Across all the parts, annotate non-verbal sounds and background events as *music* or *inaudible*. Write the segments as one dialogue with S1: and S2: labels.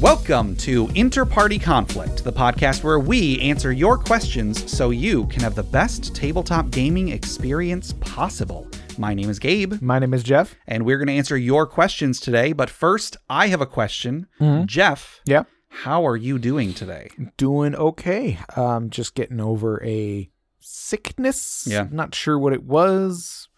S1: Welcome to Interparty Conflict, the podcast where we answer your questions so you can have the best tabletop gaming experience possible. My name is Gabe,
S2: My name is Jeff.
S1: and we're going to answer your questions today. But first, I have a question.
S2: Mm-hmm.
S1: Jeff,
S2: Yeah.
S1: how are you doing today?
S2: Doing okay. Um, just getting over a sickness.
S1: Yeah.
S2: Not sure what it was.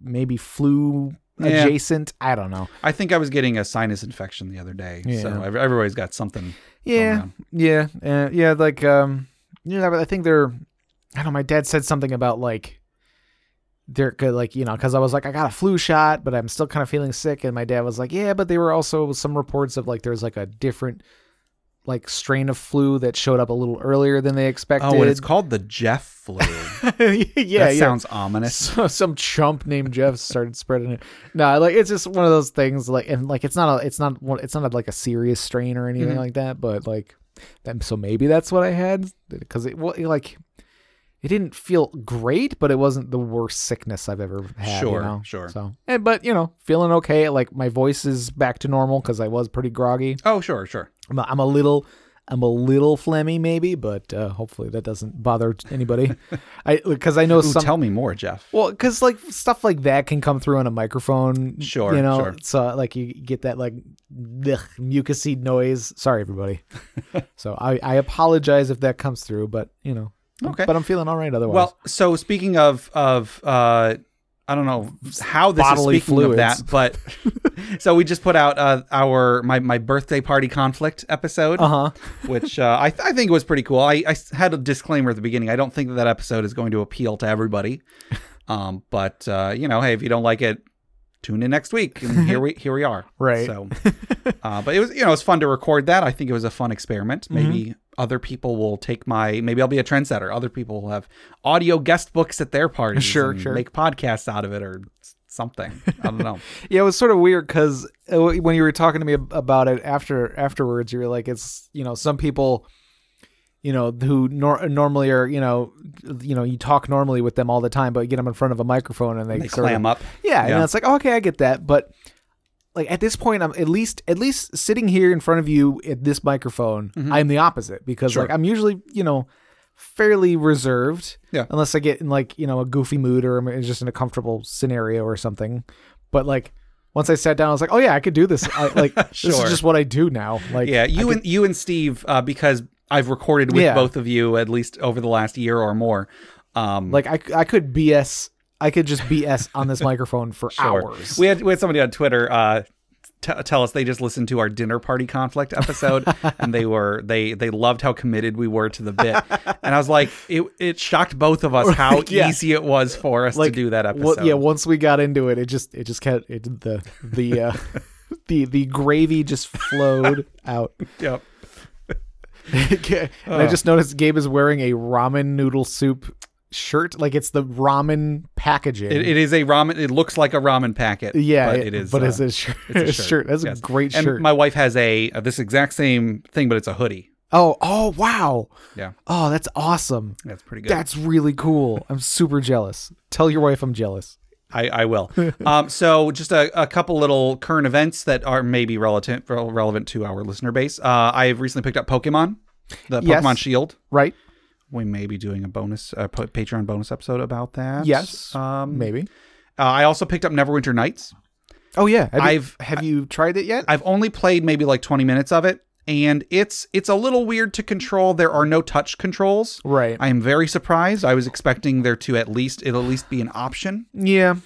S2: Maybe flu
S1: Yeah.
S2: adjacent. I don't know.
S1: I think I was getting a sinus infection the other day. So
S2: Yeah.
S1: ev- everybody's got something.
S2: Yeah. Yeah. Uh, yeah. Like, um, you know, I think they're, I don't know. My dad said something about like, they're good, like, you know, because I was like, I got a flu shot, but I'm still kind of feeling sick. And my dad was like, yeah, but there were also some reports of like, there's like a different, like, strain of flu that showed up a little earlier than they expected.
S1: Oh, and it's called the Jeff
S2: *laughs*
S1: flu.
S2: yeah,
S1: that
S2: yeah.
S1: sounds ominous.
S2: So, some chump named Jeff started spreading it. No, like it's just one of those things. Like and like it's not a, it's not one, it's not a, like a serious strain or anything
S1: Mhm.
S2: like that. But like, that, so maybe that's what I had because it well, like it didn't feel great, but it wasn't the worst sickness I've ever had. you
S1: Sure,
S2: know?
S1: sure.
S2: So and but you know, feeling okay. Like my voice is back to normal because I was pretty groggy.
S1: Oh, sure, sure.
S2: I'm a, I'm a little I'm a little phlegmy maybe, but uh, hopefully that doesn't bother anybody.
S1: *laughs*
S2: I because I know
S1: Ooh,
S2: some.
S1: tell me more, Jeff.
S2: Well, because like stuff like that can come through on a microphone.
S1: Sure,
S2: You know,
S1: sure.
S2: so like you get that like ugh, mucusy noise.
S1: *laughs*
S2: Sorry, everybody. so I, I apologize if that comes through, but you know,
S1: Okay.
S2: But I'm feeling all right otherwise.
S1: Well, so speaking of of uh, I don't know how this
S2: Bodily
S1: is speaking of that, but *laughs* so we just put out uh, our my my birthday party conflict episode,
S2: uh huh.
S1: which uh, I I think was pretty cool. I, I had a disclaimer at the beginning. I don't think that that episode is going to appeal to
S2: *laughs*
S1: everybody, um, but uh, you know, hey, if you don't like it, tune in next week. And here we here we are.
S2: *laughs* Right.
S1: So, uh, but it was you know it was fun to record that. I think it was a fun experiment.
S2: Mm-hmm.
S1: Maybe other people will take my maybe I'll be a trendsetter. Other people will have audio guest books at their parties.
S2: Sure,
S1: and
S2: sure.
S1: Make podcasts out of it or s- something. I don't
S2: *laughs*
S1: know.
S2: Yeah, it was sort of weird because when you were talking to me ab- about it after afterwards, you were like, "It's you know, some people, you know, who nor- normally are you know, you know, you talk normally with them all the time, but you get them in front of a microphone and they,
S1: They
S2: sort of-
S1: clam up.
S2: Yeah,
S1: Yeah.
S2: and it's like okay, I get that, but like at this point, I'm at least at least sitting here in front of you at this microphone, I'm the opposite because
S1: Mm-hmm. Sure.
S2: like I'm usually you know fairly reserved,
S1: Yeah.
S2: unless I get in like you know a goofy mood or I'm just in a comfortable scenario or something. But like once I sat down, I was like, oh yeah, I could do this. I, like
S1: *laughs*
S2: this
S1: Sure.
S2: is just what I do now. Like
S1: Yeah, you and you and Steve uh, because I've recorded with
S2: Yeah.
S1: both of you at least over the last year or more. Um,
S2: like I I could BS. I could just BS on this microphone for
S1: *laughs* Sure.
S2: hours.
S1: We had we had somebody on Twitter uh, t- tell us they just listened to our dinner party conflict
S2: *laughs*
S1: episode, and they were they they loved how committed we were to the bit. And I was like, it it shocked both
S2: *laughs*
S1: of us how
S2: Yeah.
S1: easy it was for us
S2: Like,
S1: to do that
S2: Well,
S1: episode.
S2: yeah, once we got into it, it just it just kept it the the
S1: *laughs*
S2: uh, the the gravy just flowed out.
S1: *laughs*
S2: *laughs*
S1: Yep.
S2: and I just noticed Gabe is wearing a ramen noodle soup shirt, like it's the ramen packaging.
S1: It, it is a ramen. It looks like a ramen packet.
S2: yeah,
S1: but it is.
S2: but
S1: uh,
S2: *laughs* it's a shirt.
S1: it's a
S2: That's
S1: yes.
S2: a great
S1: and
S2: shirt.
S1: my wife has a uh, this exact same thing, but it's a hoodie.
S2: oh, oh wow.
S1: Yeah.
S2: Oh, that's awesome.
S1: That's pretty good.
S2: That's really cool. I'm super jealous. Tell your wife I'm jealous.
S1: I, I
S2: *laughs*
S1: will. um, so, just a, a couple little current events that are maybe relevant rel- relevant to our listener base. Uh, I have recently picked up Pokemon, the Pokemon
S2: Yes.
S1: Shield.
S2: Right?
S1: We may be doing a bonus uh, po- Patreon bonus episode about that.
S2: Yes.
S1: Um, uh,
S2: Maybe.
S1: I also picked up Neverwinter Nights.
S2: Oh yeah. Have
S1: I've-
S2: you, have you tried it yet?
S1: I've only played maybe like twenty minutes of it, and it's it's a little weird to control. There are no touch controls.
S2: right.
S1: I am very surprised. I was expecting there to at least it'll at least be an option.
S2: yeah.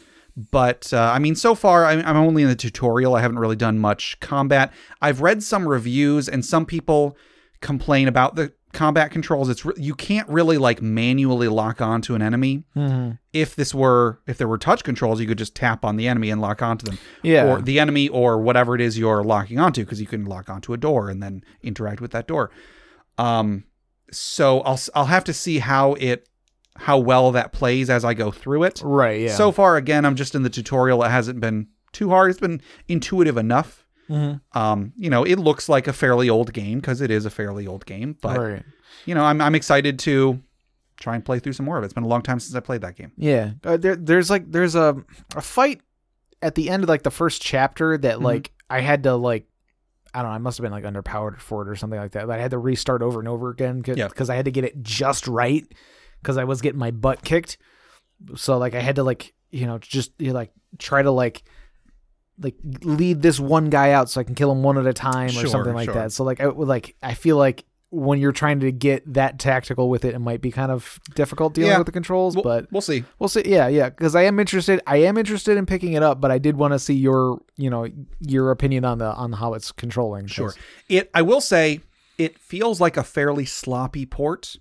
S1: but uh, I mean, so far I'm, I'm only in the tutorial. I haven't really done much combat. I've read some reviews, and some people complain about the combat controls. It's re- you can't really like manually lock onto an enemy. If this were if there were touch controls, you could just tap on the enemy and lock onto them.
S2: Yeah.
S1: or the enemy or whatever it is you're locking onto, because you can lock onto a door and then interact with that door. Um, so I'll s- I'll have to see how it how well that plays as I go through it.
S2: Right. Yeah.
S1: So far, again, I'm just in the tutorial. It hasn't been too hard. It's been intuitive enough.
S2: Mhm.
S1: Um, you know, it looks like a fairly old game because it is a fairly old game. But
S2: right.
S1: you know, I'm I'm excited to try and play through some more of it. It's been a long time since I played that game.
S2: Yeah. Uh, there, there's like there's
S1: Mm-hmm.
S2: a a fight at the end of like the first chapter that like I had to like I don't know. I must have been like underpowered for it or something like that. But I had to restart over and over again because
S1: Yeah.
S2: I had to get it just right because I was getting my butt kicked. So like I had to like you know just you know, like try to like like lead this one guy out so I can kill him one at a time or
S1: Sure,
S2: something like
S1: sure.
S2: that. So like I would, like I feel like when you're trying to get that tactical with it, it might be kind of difficult dealing
S1: Yeah.
S2: with the controls.
S1: We'll,
S2: but
S1: we'll see.
S2: We'll see. Yeah, yeah. Because I am interested. I am interested in picking it up, but I did want to see your, you know, your opinion on the on how it's controlling. 'cause-
S1: Sure. It. I will say it feels like a fairly sloppy port.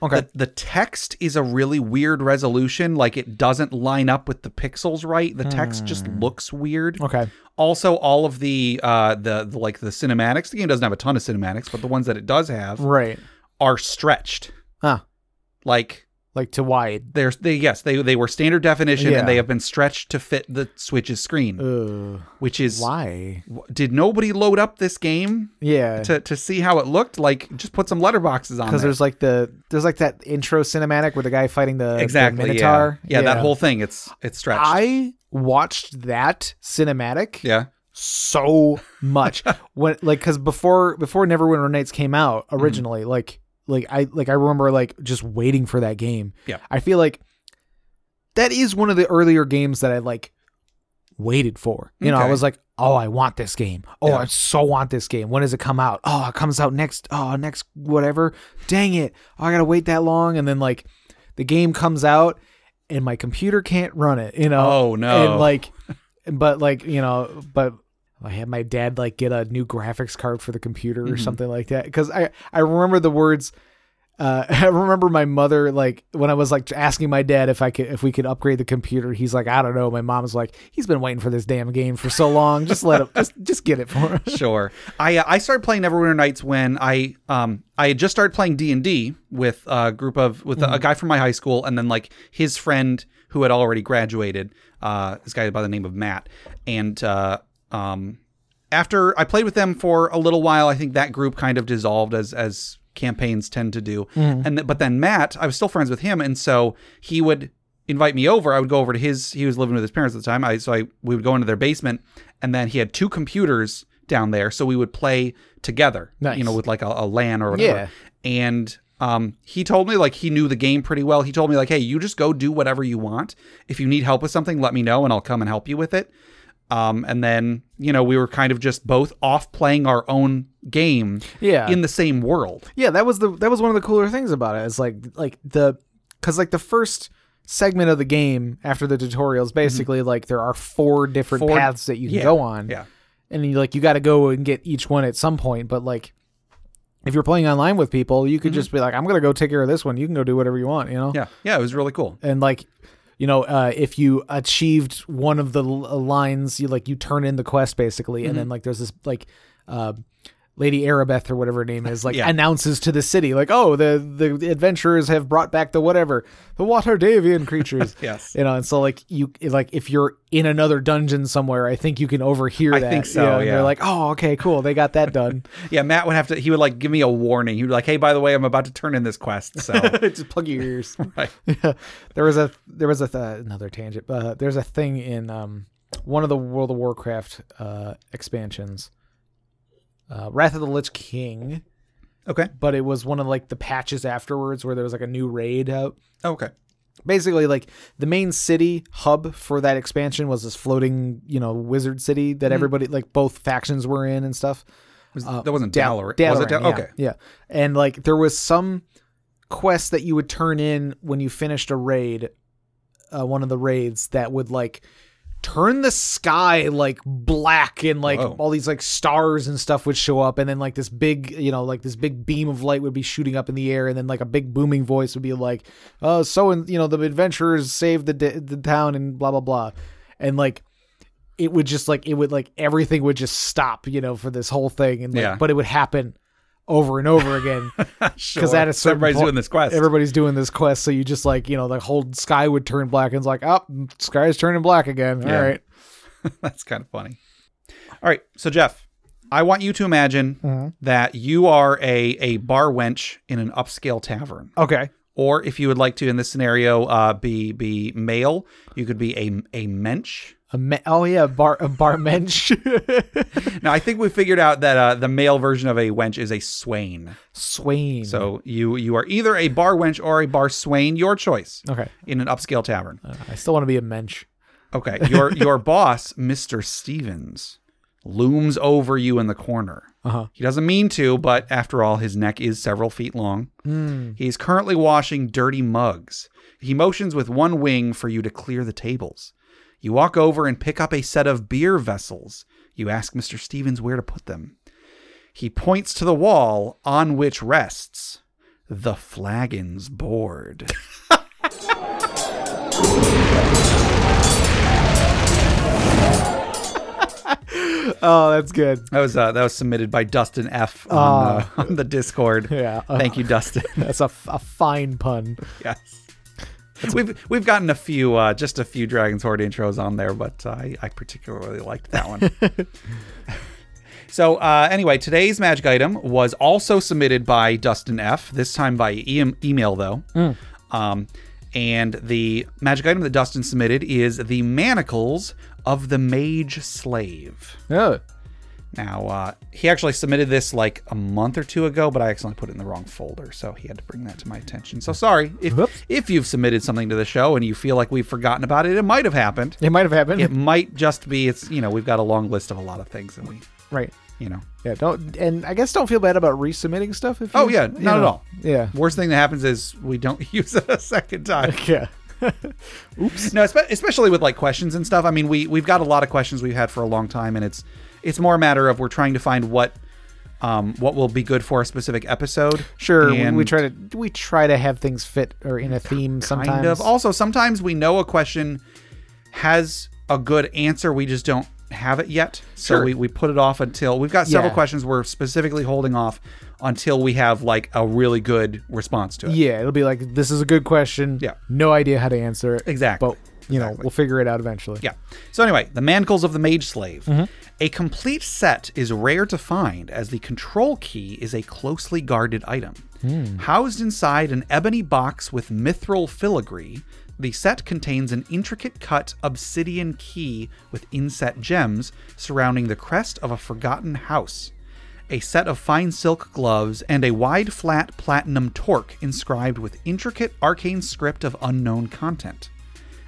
S2: Okay.
S1: The, the text is a really weird resolution. Like it doesn't line up with the pixels right. The text just looks weird.
S2: Hmm. okay.
S1: Also, all of the uh the, the like the cinematics. The game doesn't have a ton of cinematics, but the ones that it does have
S2: Right.
S1: are stretched.
S2: Huh.
S1: Like
S2: Like to wide.
S1: there's they yes they they were standard definition
S2: Yeah.
S1: and they have been stretched to fit the Switch's screen,
S2: Ugh.
S1: which is
S2: Why?
S1: w- did nobody load up this game
S2: Yeah.
S1: to to see how it looked? Like just put some letterboxes on there.
S2: Because there's like the there's like that intro cinematic where the guy fighting the the
S1: Exactly. Yeah.
S2: Minotaur.
S1: yeah, that whole thing. It's it's stretched.
S2: I watched that cinematic
S1: yeah.
S2: so
S1: *laughs*
S2: much when like because before before Neverwinter Nights came out
S1: Mm-hmm.
S2: originally, like like I like I remember like just waiting for that game.
S1: Yeah.
S2: I feel like that is one of the earlier games that I like waited for. You know, I
S1: Okay.
S2: was like, oh, I want this game. Oh,
S1: Yeah.
S2: I so want this game. When does it come out? Oh, it comes out next. Oh, next whatever. Dang it! Oh, I gotta wait that long. And then like the game comes out and my computer can't run it. You know
S1: Oh no.
S2: and like *laughs* but like you know but i had my dad like get a new graphics card for the computer or
S1: Mhm.
S2: something like that because i i remember the words uh, *laughs* I remember my mother like when I was like asking my dad if I could if we could upgrade the computer. He's like, I don't know. My mom's like, he's been waiting for this damn game for so long. Just let him just just get it for him.
S1: sure. *laughs* I uh, I started playing Neverwinter Nights when I um I had just started playing D and D with a group of with a, a guy from my high school and then like his friend who had already graduated. Uh, this guy by the name of Matt and uh, um after I played with them for a little while, I think that group kind of dissolved as as campaigns tend to do.
S2: Mm-hmm.
S1: And th- but then Matt, I was still friends with him, and so he would invite me over. I would go over to his. He was living with his parents at the time. I so I we would go into their basement, and then he had two computers down there, so we would play together.
S2: Nice.
S1: You know, with like a, a LAN or whatever.
S2: Yeah.
S1: And um, he told me like he knew the game pretty well. He told me like, hey, you just go do whatever you want. If you need help with something, let me know, and I'll come and help you with it. Um, and then you know we were kind of just both off playing our own game
S2: Yeah,
S1: in the same world.
S2: yeah that was the that was one of the cooler things about it is like like the because like the first segment of the game after the tutorials basically like there are four different
S1: Mm-hmm. Four-
S2: paths that you can
S1: yeah,
S2: go on
S1: yeah.
S2: and you like you got to go and get each one at some point but like if you're playing online with people you
S1: Mm-hmm.
S2: could just be like i'm gonna go take care of this one you can go do whatever you want you know
S1: Yeah, yeah, it was really cool.
S2: and like you know uh, if you achieved one of the l- uh, lines you like you turn in the quest basically and
S1: Mm-hmm.
S2: then like there's this like uh, lady arabeth or whatever her name is
S1: *laughs*
S2: like
S1: Yeah.
S2: announces to the city like oh the the adventurers have brought back the whatever the waterdavian creatures
S1: *laughs* Yes.
S2: you know and so like you like if you're in another dungeon somewhere i think you can overhear
S1: I
S2: that
S1: think
S2: you
S1: so,
S2: know, and
S1: yeah.
S2: they're like oh okay cool they got that done
S1: Yeah, Matt would have to. He would like give me a warning. He'd be like, "Hey, by the way, I'm about to turn in this quest."
S2: *laughs*
S1: So *laughs*
S2: just plug your ears *laughs*
S1: right.
S2: there was a there was a th- another tangent but uh, there's a thing in um one of the world of warcraft uh expansions uh wrath of the lich king
S1: okay,
S2: but it was one of like the patches afterwards where there was like a new raid out
S1: okay,
S2: basically like the main city hub for that expansion was this floating you know wizard city that everybody like both factions were in and stuff
S1: was, that wasn't
S2: Uh, Dal-
S1: Dalaran.
S2: Dalaran,
S1: was it? Dal-
S2: yeah, *laughs*
S1: Okay, *laughs*
S2: Yeah. And like there was some quest that you would turn in when you finished a raid, uh, one of the raids that would like turn the sky like black and like
S1: Whoa.
S2: all these like stars and stuff would show up and then like this big you know like this big beam of light would be shooting up in the air and then like a big booming voice would be like oh so and you know the adventurers saved the d- the town and blah blah blah and like it would just like it would like everything would just stop you know for this whole thing and like
S1: Yeah.
S2: but it would happen over and over
S1: *laughs*
S2: again
S1: sure.
S2: because at a
S1: So
S2: certain
S1: everybody's
S2: point-
S1: doing this quest.
S2: everybody's doing this quest so you just like you know the whole sky would turn black and it's like oh sky's turning black again all
S1: Yeah.
S2: right.
S1: *laughs* That's kind of funny. All right, so Jeff, I want you to imagine
S2: Mm-hmm.
S1: that you are a a bar wench in an upscale tavern.
S2: okay
S1: Or if you would like to, in this scenario, uh, be be male, you could be a a mensch,
S2: A me- oh yeah, a bar a bar *laughs* mensch.
S1: Now I think we figured out that uh, the male version of a wench is a swain.
S2: Swain.
S1: So you you are either a bar wench or a bar swain, your choice,
S2: okay,
S1: in an upscale tavern.
S2: Uh, I still want to be a mensch.
S1: Okay, your your boss, Mister Stevens, looms over you in the corner.
S2: Uh huh.
S1: He doesn't mean to, but after all, his neck is several feet long. He's currently washing dirty mugs. He motions with one wing for you to clear the tables. You walk over and pick up a set of beer vessels. You ask Mr. Stevens where to put them. He points to the wall on which rests the flagons board. *laughs*
S2: Oh, that's good.
S1: That was uh, that was submitted by Dustin F on, uh, *laughs* on the Discord.
S2: Yeah. uh,
S1: Thank you, Dustin.
S2: That's a, f- a fine pun.
S1: yes. We've we've gotten a few uh, just a few Dragon's Horde intros on there, but uh, I, I particularly liked that one. so uh, anyway, today's magic item was also submitted by Dustin F. This time by e- email though, um, and the magic item that Dustin submitted is the manacles of the mage slave.
S2: Yeah.
S1: Now, uh, he actually submitted this like a month or two ago, but I accidentally put it in the wrong folder, so he had to bring that to my attention. So sorry if
S2: Whoops.
S1: if you've submitted something to the show and you feel like we've forgotten about it, it might have happened.
S2: *laughs* It might have happened.
S1: It might just be it's you know we've got a long list of a lot of things and we
S2: Right.
S1: you know
S2: Yeah. Don't and I guess don't feel bad about resubmitting stuff. If you,
S1: Oh, yeah,
S2: you
S1: not at all.
S2: Yeah. *laughs*
S1: worst thing that happens is we don't *laughs* use it a second time.
S2: Yeah.
S1: *laughs* No, espe- especially with like questions and stuff. I mean, we we've got a lot of questions we've had for a long time, and it's it's more a matter of we're trying to find what um what will be good for a specific episode.
S2: Sure. We, we
S1: And-
S2: try to we try to have things fit or in a theme sometimes.
S1: kind of. Also, sometimes we know a question has a good answer, we just don't have it yet. So
S2: Sure.
S1: we, we put it off until we've got several
S2: Yeah.
S1: questions we're specifically holding off until we have like a really good response to it.
S2: Yeah. It'll be like this is a good question.
S1: Yeah.
S2: No idea how to answer it.
S1: Exactly.
S2: But you know we'll figure it out eventually.
S1: Yeah. So anyway, the manacles of the mage slave. A complete set is rare to find as the control key is a closely guarded item. Housed inside an ebony box with mithril filigree, the set contains an intricate cut obsidian key with inset gems surrounding the crest of a forgotten house. A set of fine silk gloves and a wide flat platinum torque inscribed with intricate arcane script of unknown content.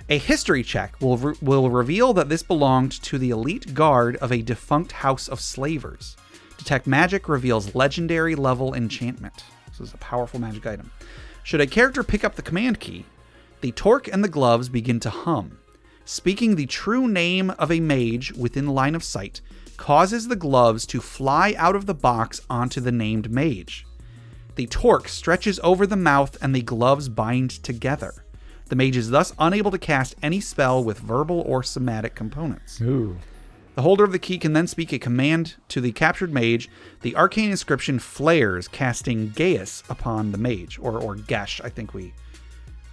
S1: A history check will re- will reveal that this belonged to the elite guard of a defunct house of slavers. Detect magic reveals legendary level enchantment. This is a powerful magic item. Should a character pick up the command key, the torque and the gloves begin to hum. Speaking the true name of a mage within line of sight causes the gloves to fly out of the box onto the named mage. The torque stretches over the mouth and the gloves bind together. The mage is thus unable to cast any spell with verbal or somatic components.
S2: Ooh.
S1: The holder of the key can then speak a command to the captured mage. The arcane inscription flares, casting Gaius upon the mage, or or Gesh. I think we,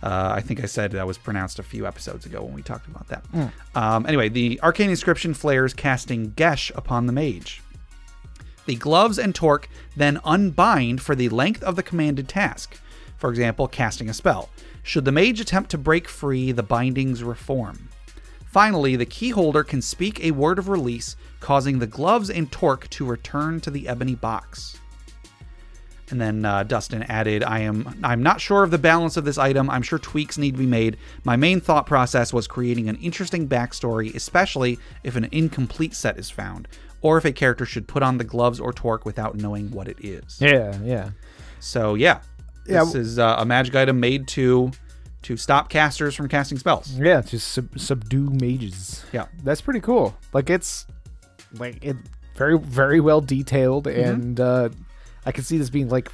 S1: uh, I think I said that was pronounced a few episodes ago when we talked about that. Um, anyway, the arcane inscription flares, casting Gesh upon the mage. The gloves and torque then unbind for the length of the commanded task, for example, casting a spell. Should the mage attempt to break free, the bindings reform. Finally, the key holder can speak a word of release, causing the gloves and torque to return to the ebony box. And then uh, Dustin added, "I am I'm not sure of the balance of this item. I'm sure tweaks need to be made. My main thought process was creating an interesting backstory, especially if an incomplete set is found, or if a character should put on the gloves or torque without knowing what it is.
S2: Yeah. Yeah.
S1: So yeah,
S2: Yeah,
S1: this is uh, a magic item made to to stop casters from casting spells.
S2: Yeah. Just sub- subdue mages.
S1: Yeah,
S2: that's pretty cool. Like it's like it very very well detailed,
S1: Mm-hmm.
S2: and uh, I can see this being like.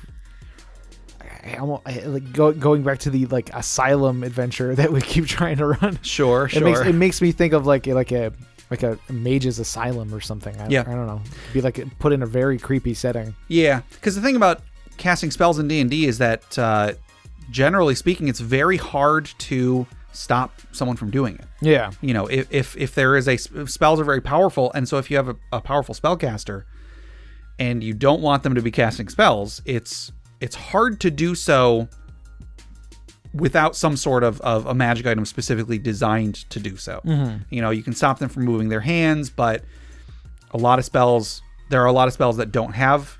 S2: I almo- I- like go, going back to the like asylum adventure *laughs* that we keep trying to
S1: *laughs*
S2: run.
S1: sure,
S2: It makes it makes me think of like like a like a mage's asylum or something. I,
S1: Yeah.
S2: I don't know. Be like put in a very creepy setting.
S1: Yeah, because the thing about casting spells in D anD D is that, uh, generally speaking, it's very hard to stop someone from doing it.
S2: Yeah.
S1: You know, if if, if there is a sp- spells are very powerful, and so if you have a, a powerful spellcaster, and you don't want them to be casting spells, it's it's hard to do so without some sort of, of a magic item specifically designed to do so. You know, you can stop them from moving their hands, but a lot of spells, there are a lot of spells that don't have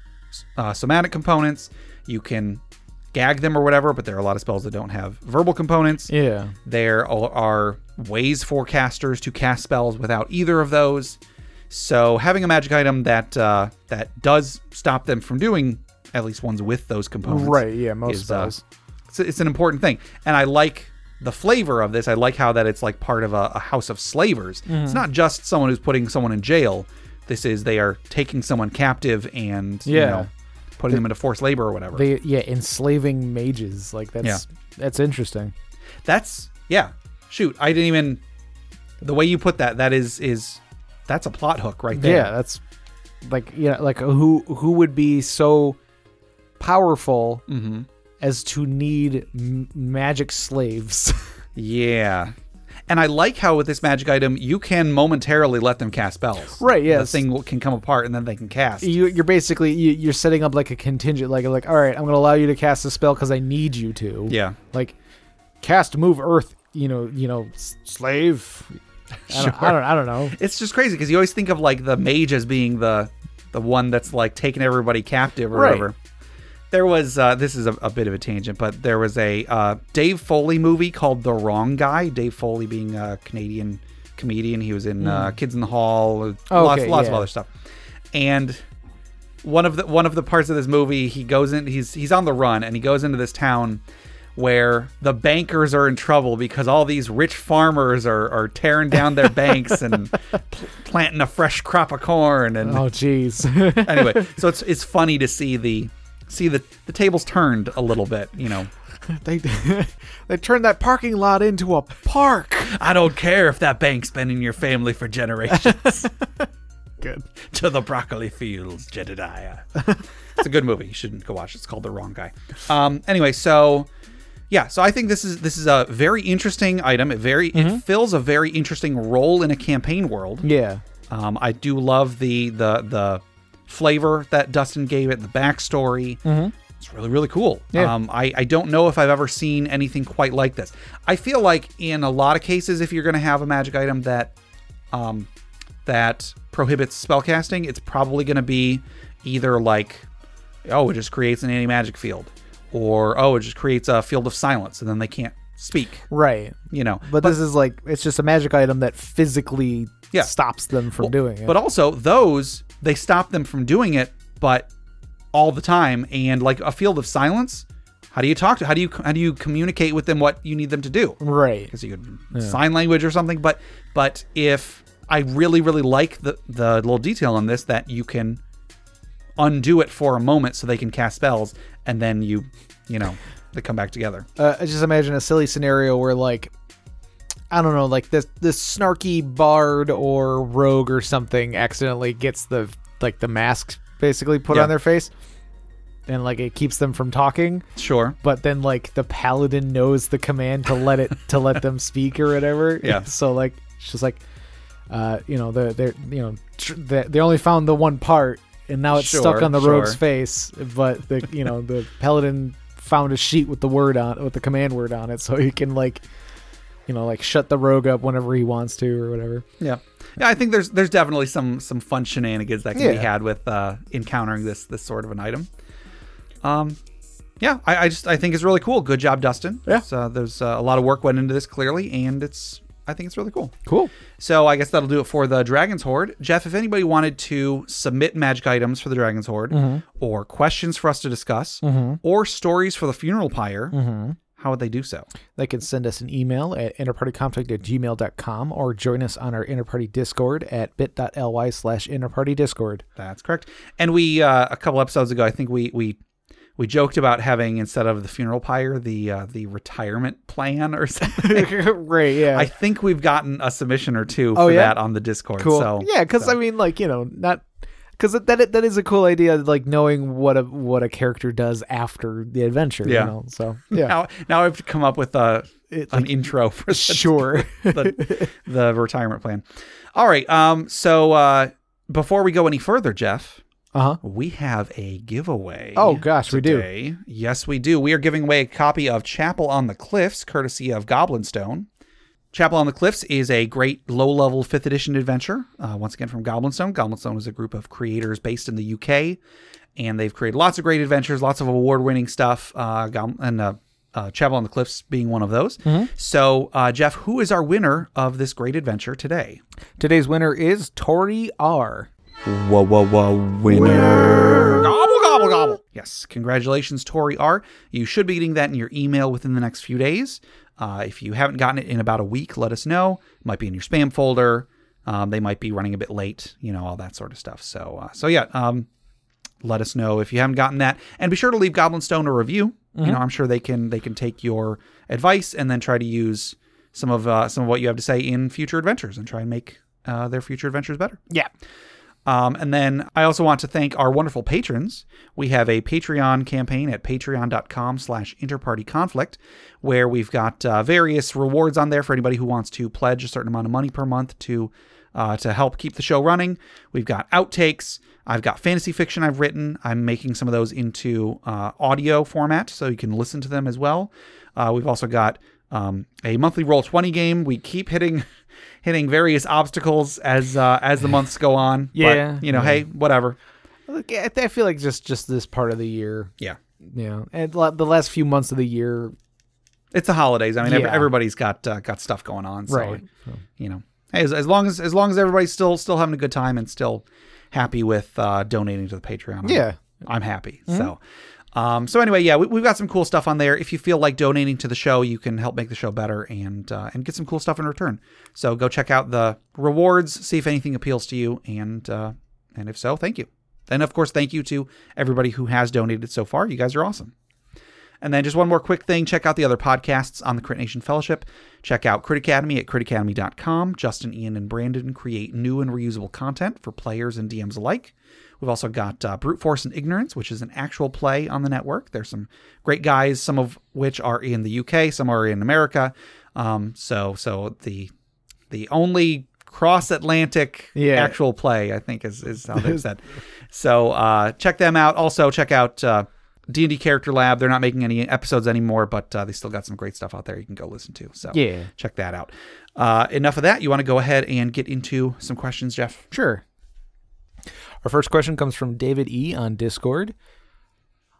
S1: uh, somatic components. You can gag them or whatever, but there are a lot of spells that don't have verbal components.
S2: Yeah.
S1: There al- are ways for casters to cast spells without either of those. So having a magic item that uh, that does stop them from doing at least ones with those components,
S2: Right. Yeah. Most
S1: is, uh,
S2: spells.
S1: it's, it's an important thing, and I like the flavor of this. I like how that it's like part of a, a house of slavers.
S2: Mm-hmm.
S1: It's not just someone who's putting someone in jail. This is they are taking someone captive and you
S2: Yeah.
S1: know putting them into forced labor or whatever.
S2: They yeah enslaving mages like that's that's interesting.
S1: that's yeah shoot i didn't even the way you put that that is is that's a plot hook right there
S2: Yeah, that's like you know like who who would be so powerful as to need m- magic slaves. *laughs*
S1: yeah and i like how with this magic item you can momentarily let them cast spells
S2: Right, yes.
S1: the thing will- can come apart and then they can cast
S2: you, you're basically you, you're setting up like a contingent like like all right i'm gonna allow you to cast a spell because i need you to
S1: yeah
S2: like cast move earth you know you know s- slave I, don't, I don't i don't *laughs* know
S1: it's just crazy because you always think of like the mage as being the the one that's like taking everybody captive or
S2: Right.
S1: whatever there was uh, this is a, a bit of a tangent but there was a uh, dave foley movie called the wrong guy dave foley being a canadian comedian he was in uh, kids in the hall lots,
S2: Hmm. Oh, Okay,
S1: lots of
S2: yeah.
S1: other stuff and one of the one of the parts of this movie he goes in he's he's on the run and he goes into this town where the bankers are in trouble because all these rich farmers are, are tearing down *laughs* their banks and pl- planting a fresh crop of corn and
S2: oh jeez *laughs*
S1: anyway so it's it's funny to see the see the the tables turned a little bit you know
S2: they *laughs* they turned that parking lot into a park
S1: I don't care if that bank's been in your family for generations
S2: good
S1: *laughs* to the broccoli fields, Jedediah. *laughs* it's a good movie. You shouldn't go watch it. It's called The Wrong Guy. Um, anyway, so yeah, so I think this is this is a very interesting item. It very it fills a very interesting role in a campaign world.
S2: yeah
S1: Um, I do love the the the flavor that Dustin gave it, the backstory. It's really really cool.
S2: Yeah.
S1: Um, I I don't know if I've ever seen anything quite like this. I feel like in a lot of cases, if you're going to have a magic item that um, that prohibits spellcasting, it's probably going to be either like, oh, it just creates an anti magic field, or oh, it just creates a field of silence, and then they can't speak.
S2: right
S1: You know,
S2: but, this is like it's just a magic item that physically
S1: Yeah.
S2: stops them from doing it
S1: But also those they stop them from doing it, but all the time and like a field of silence. How do you talk to? How do you how do you communicate with them what you need them to do?
S2: right
S1: Because you could sign language or something. But but if I really really like the the little detail on this that you can undo it for a moment so they can cast spells and then you you know they come back together.
S2: uh, I just imagine a silly scenario where like I don't know, like this this snarky bard or rogue or something accidentally gets the like the mask basically put
S1: Yeah.
S2: on their face, and like it keeps them from talking.
S1: Sure.
S2: But then like the paladin knows the command to let it to
S1: *laughs*
S2: let them speak or whatever.
S1: Yeah.
S2: *laughs* So like she's like, uh, you know, they're they're you know tr- they they only found the one part and now it's stuck
S1: Sure,
S2: on the
S1: sure.
S2: rogue's face. But the you
S1: *laughs*
S2: know the paladin found a sheet with the word on with the command word on it, so he can like you know like shut the rogue up whenever he wants to or whatever.
S1: Yeah. Yeah, I think there's there's definitely some some fun shenanigans that can be
S2: Yeah.
S1: had with uh, encountering this this sort of an item. Um, yeah, I, I just I think it's really cool. Good job, Dustin.
S2: Yeah.
S1: So there's uh, a lot of work went into this clearly, and it's I think it's really cool.
S2: Cool.
S1: So I guess that'll do it for the Dragon's Horde. Jeff, if anybody wanted to submit magic items for the Dragon's Horde,
S2: Mm-hmm.
S1: or questions for us to discuss, or stories for the funeral pyre,
S2: Mm-hmm.
S1: how would they do so?
S2: They can send us an email at interpartyconflict at gmail.com or join us on our interparty discord at bit.ly slash interparty discord.
S1: That's correct. And we uh, a couple episodes ago, I think we we we joked about having instead of the funeral pyre, the uh, the retirement plan or *laughs* something.
S2: *laughs* right, yeah.
S1: I think we've gotten a submission or two
S2: Oh,
S1: for
S2: yeah?
S1: that on the Discord.
S2: cool.
S1: So
S2: yeah, because I mean, like you know, not because that that that is a cool idea, like knowing what a what a character does after the adventure.
S1: Yeah.
S2: You know? So *laughs* yeah,
S1: now now I have to come up with a
S2: It,
S1: an
S2: *laughs*
S1: intro for the,
S2: sure. *laughs*
S1: the, the retirement plan. All right. Um. So uh, before we go any further, Jeff,
S2: Uh huh.
S1: we have a giveaway.
S2: Oh, gosh, we do.
S1: today. we do. Yes, we do. We are giving away a copy of Chapel on the Cliffs, courtesy of Goblinstone. Chapel on the Cliffs is a great low level fifth edition adventure, uh, once again from Goblinstone. Goblinstone is a group of creators based in the UK, and they've created lots of great adventures, lots of award winning stuff, uh, Gob- and uh, uh, Chapel on the Cliffs being one of those.
S2: Mm-hmm.
S1: So, uh, Jeff, who is our winner of this great adventure today?
S2: Today's winner is Tori R.
S1: Whoa, whoa, whoa, winner. Gobble, gobble, gobble. *laughs* Yes, congratulations, Tori R. You should be getting that in your email within the next few days. Uh, if you haven't gotten it in about a week, let us know. It might be in your spam folder. Um, they might be running a bit late, you know, all that sort of stuff. So, uh, so yeah, um, let us know if you haven't gotten that, and be sure to leave Goblinstone a review. You know, I'm sure they can they can take your advice and then try to use some of uh, some of what you have to say in future adventures and try and make uh, their future adventures better.
S2: Yeah.
S1: Um, and then I also want to thank our wonderful patrons. We have a Patreon campaign at patreon.com slash interpartyconflict, where we've got uh, various rewards on there for anybody who wants to pledge a certain amount of money per month to uh, to help keep the show running. We've got outtakes. I've got fantasy fiction I've written. I'm making some of those into uh, audio format so you can listen to them as well. Uh, we've also got um, a monthly roll 20 game. We keep hitting *laughs* hitting various obstacles as uh, as the months go on.
S2: Yeah,
S1: but, you know,
S2: yeah.
S1: hey, whatever.
S2: Look, I I feel like just just this part of the year,
S1: Yeah,
S2: you know, and la- the last few months of the year,
S1: it's the holidays. I mean, ev-
S2: Yeah.
S1: everybody's got uh, got stuff going on. So,
S2: Right.
S1: You know, hey, as, as long as as long as everybody's still still having a good time and still happy with uh, donating to the Patreon. I'm-
S2: Yeah. Mm-hmm.
S1: I'm happy. So. Um, so anyway, yeah, we, we've got some cool stuff on there. If you feel like donating to the show, you can help make the show better and uh, and get some cool stuff in return. So go check out the rewards, see if anything appeals to you, and uh, and if so, thank you. And of course, thank you to everybody who has donated so far. You guys are awesome. And then just one more quick thing check out the other podcasts on the Crit Nation Fellowship. Check out Crit Academy at critacademy.com. Justin, Ian, and Brandon create new and reusable content for players and DMs alike. We've also got uh, Brute Force and Ignorance, which is an actual play on the network. There's some great guys, some of which are in the UK, some are in America. Um, so, so the the only cross Atlantic
S2: Yeah.
S1: actual play, I think, is is how they said. So uh, check them out. Also check out uh, D&D Character Lab. They're not making any episodes anymore, but uh, they still got some great stuff out there you can go listen to. So
S2: Yeah.
S1: check that out. Uh, enough of that. You want to go ahead and get into some questions, Jeff?
S2: Sure. Our first question comes from David E on Discord.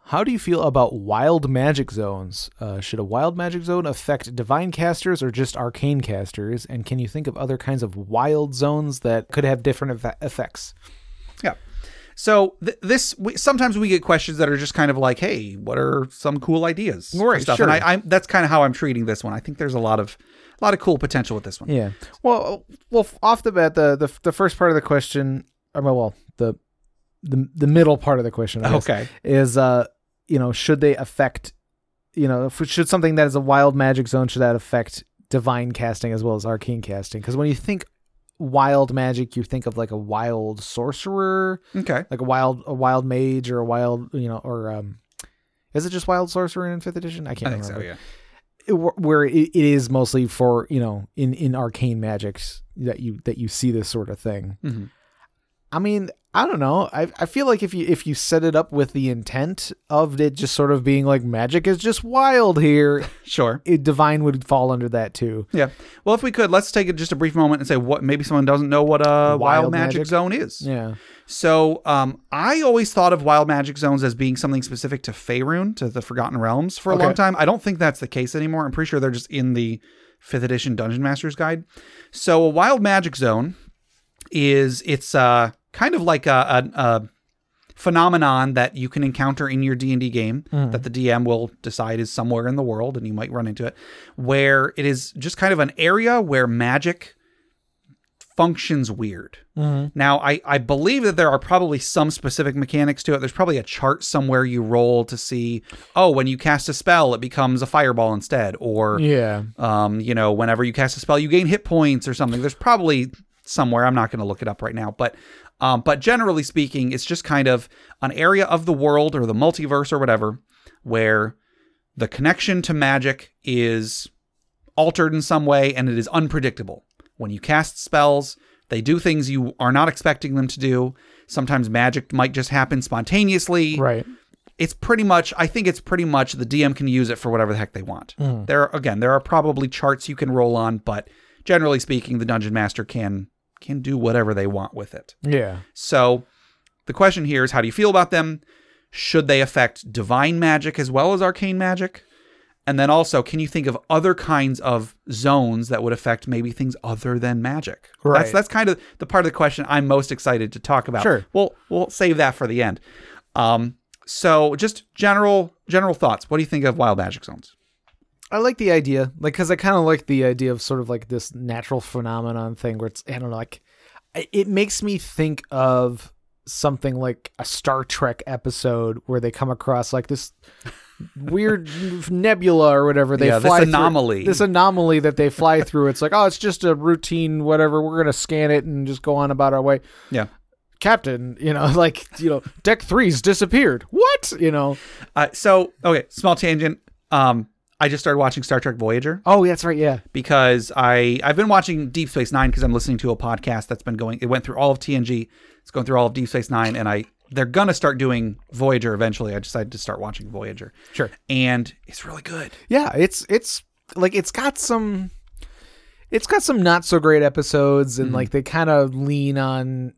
S2: How do you feel about wild magic zones? Uh, should a wild magic zone affect divine casters or just arcane casters? And can you think of other kinds of wild zones that could have different effe- effects?
S1: Yeah. So th- this we, sometimes we get questions that are just kind of like, "Hey, what are some cool ideas?" for
S2: Right,
S1: stuff.
S2: sure.
S1: And I, I'm, that's kind of how I'm treating this one. I think there's a lot of a lot of cool potential with this one.
S2: Yeah. Well, well, off the bat, the the, the first part of the question, or well, the the the middle part of the *laughs* question.
S1: Okay.
S2: is uh you know should they affect you know if- should something that is a wild magic zone should that affect divine casting as well as arcane casting because when you think wild magic you think of like a wild sorcerer
S1: Okay.
S2: like a wild a wild mage or a wild you know or um is it just wild sorcerer in fifth edition i
S1: I
S2: can't
S1: think so.
S2: remember
S1: Yeah.
S2: It- wh- where it, it is mostly for you know in in arcane magics that you that you see this sort of thing
S1: Mhm.
S2: I mean, I don't know. I I feel like if you if you set it up with the intent of it just sort of being like magic is just wild here,
S1: Sure.
S2: it, divine would fall under that too.
S1: Yeah. Well, if we could, let's take just a brief moment and say what maybe someone doesn't know what a wild,
S2: Wild
S1: magic,
S2: magic?
S1: zone is.
S2: Yeah.
S1: So, um, I always thought of wild magic zones as being something specific to Faerun, to the Forgotten Realms, for a
S2: Okay.
S1: long time. I don't think that's the case anymore. I'm pretty sure they're just in the fifth edition Dungeon Master's Guide. So, a wild magic zone is it's uh, kind of like a, a, a phenomenon that you can encounter in your D&D game that the DM will decide is somewhere in the world and you might run into it where it is just kind of an area where magic functions weird. Now I I believe that there are probably some specific mechanics to it. There's probably a chart somewhere you roll to see oh when you cast a spell it becomes a fireball instead or
S2: Yeah.
S1: um, you know, whenever you cast a spell, you gain hit points or something. There's probably somewhere. I'm not going to look it up right now, but um, but generally speaking, it's just kind of an area of the world or the multiverse or whatever where the connection to magic is altered in some way and it is unpredictable. When you cast spells, they do things you are not expecting them to do. Sometimes magic might just happen spontaneously.
S2: Right.
S1: It's pretty much, I think it's pretty much the DM can use it for whatever the heck they want. There, again, there are probably charts you can roll on, but generally speaking, the dungeon master can can do whatever they want with it.
S2: Yeah.
S1: So the question here is how do you feel about them? Should they affect divine magic as well as arcane magic? And then also, can you think of other kinds of zones that would affect maybe things other than magic? That's
S2: Right.
S1: that's kind of the part of the question I'm most excited to talk about.
S2: Sure.
S1: We'll we'll save that for the end. Um so just general general thoughts. What do you think of wild magic zones?
S2: I like the idea, like, because I kind of like the idea of sort of like this natural phenomenon thing where it's, I don't know, like, I- it makes me think of something like a Star Trek episode where they come across like this weird *laughs* nebula or whatever they
S1: Yeah, this
S2: fly through-
S1: anomaly.
S2: this anomaly that they fly through. It's like, oh, it's just a routine, whatever. We're gonna scan it and just go on about our way.
S1: Yeah.
S2: Captain, you know, *laughs* like, you know, deck three's disappeared. What? You know?
S1: Uh, so okay, small tangent. Um I just started watching Star Trek Voyager.
S2: Oh, that's right. Yeah.
S1: because I I've been watching Deep Space Nine because I'm listening to a podcast that's been going. It went through all of TNG. It's going through all of Deep Space Nine, and I they're gonna start doing Voyager eventually. I decided to start watching Voyager,
S2: Sure.
S1: and it's really good.
S2: yeah it's it's like it's got some it's got some not so great episodes
S1: Mm-hmm.
S2: and like they kind of lean on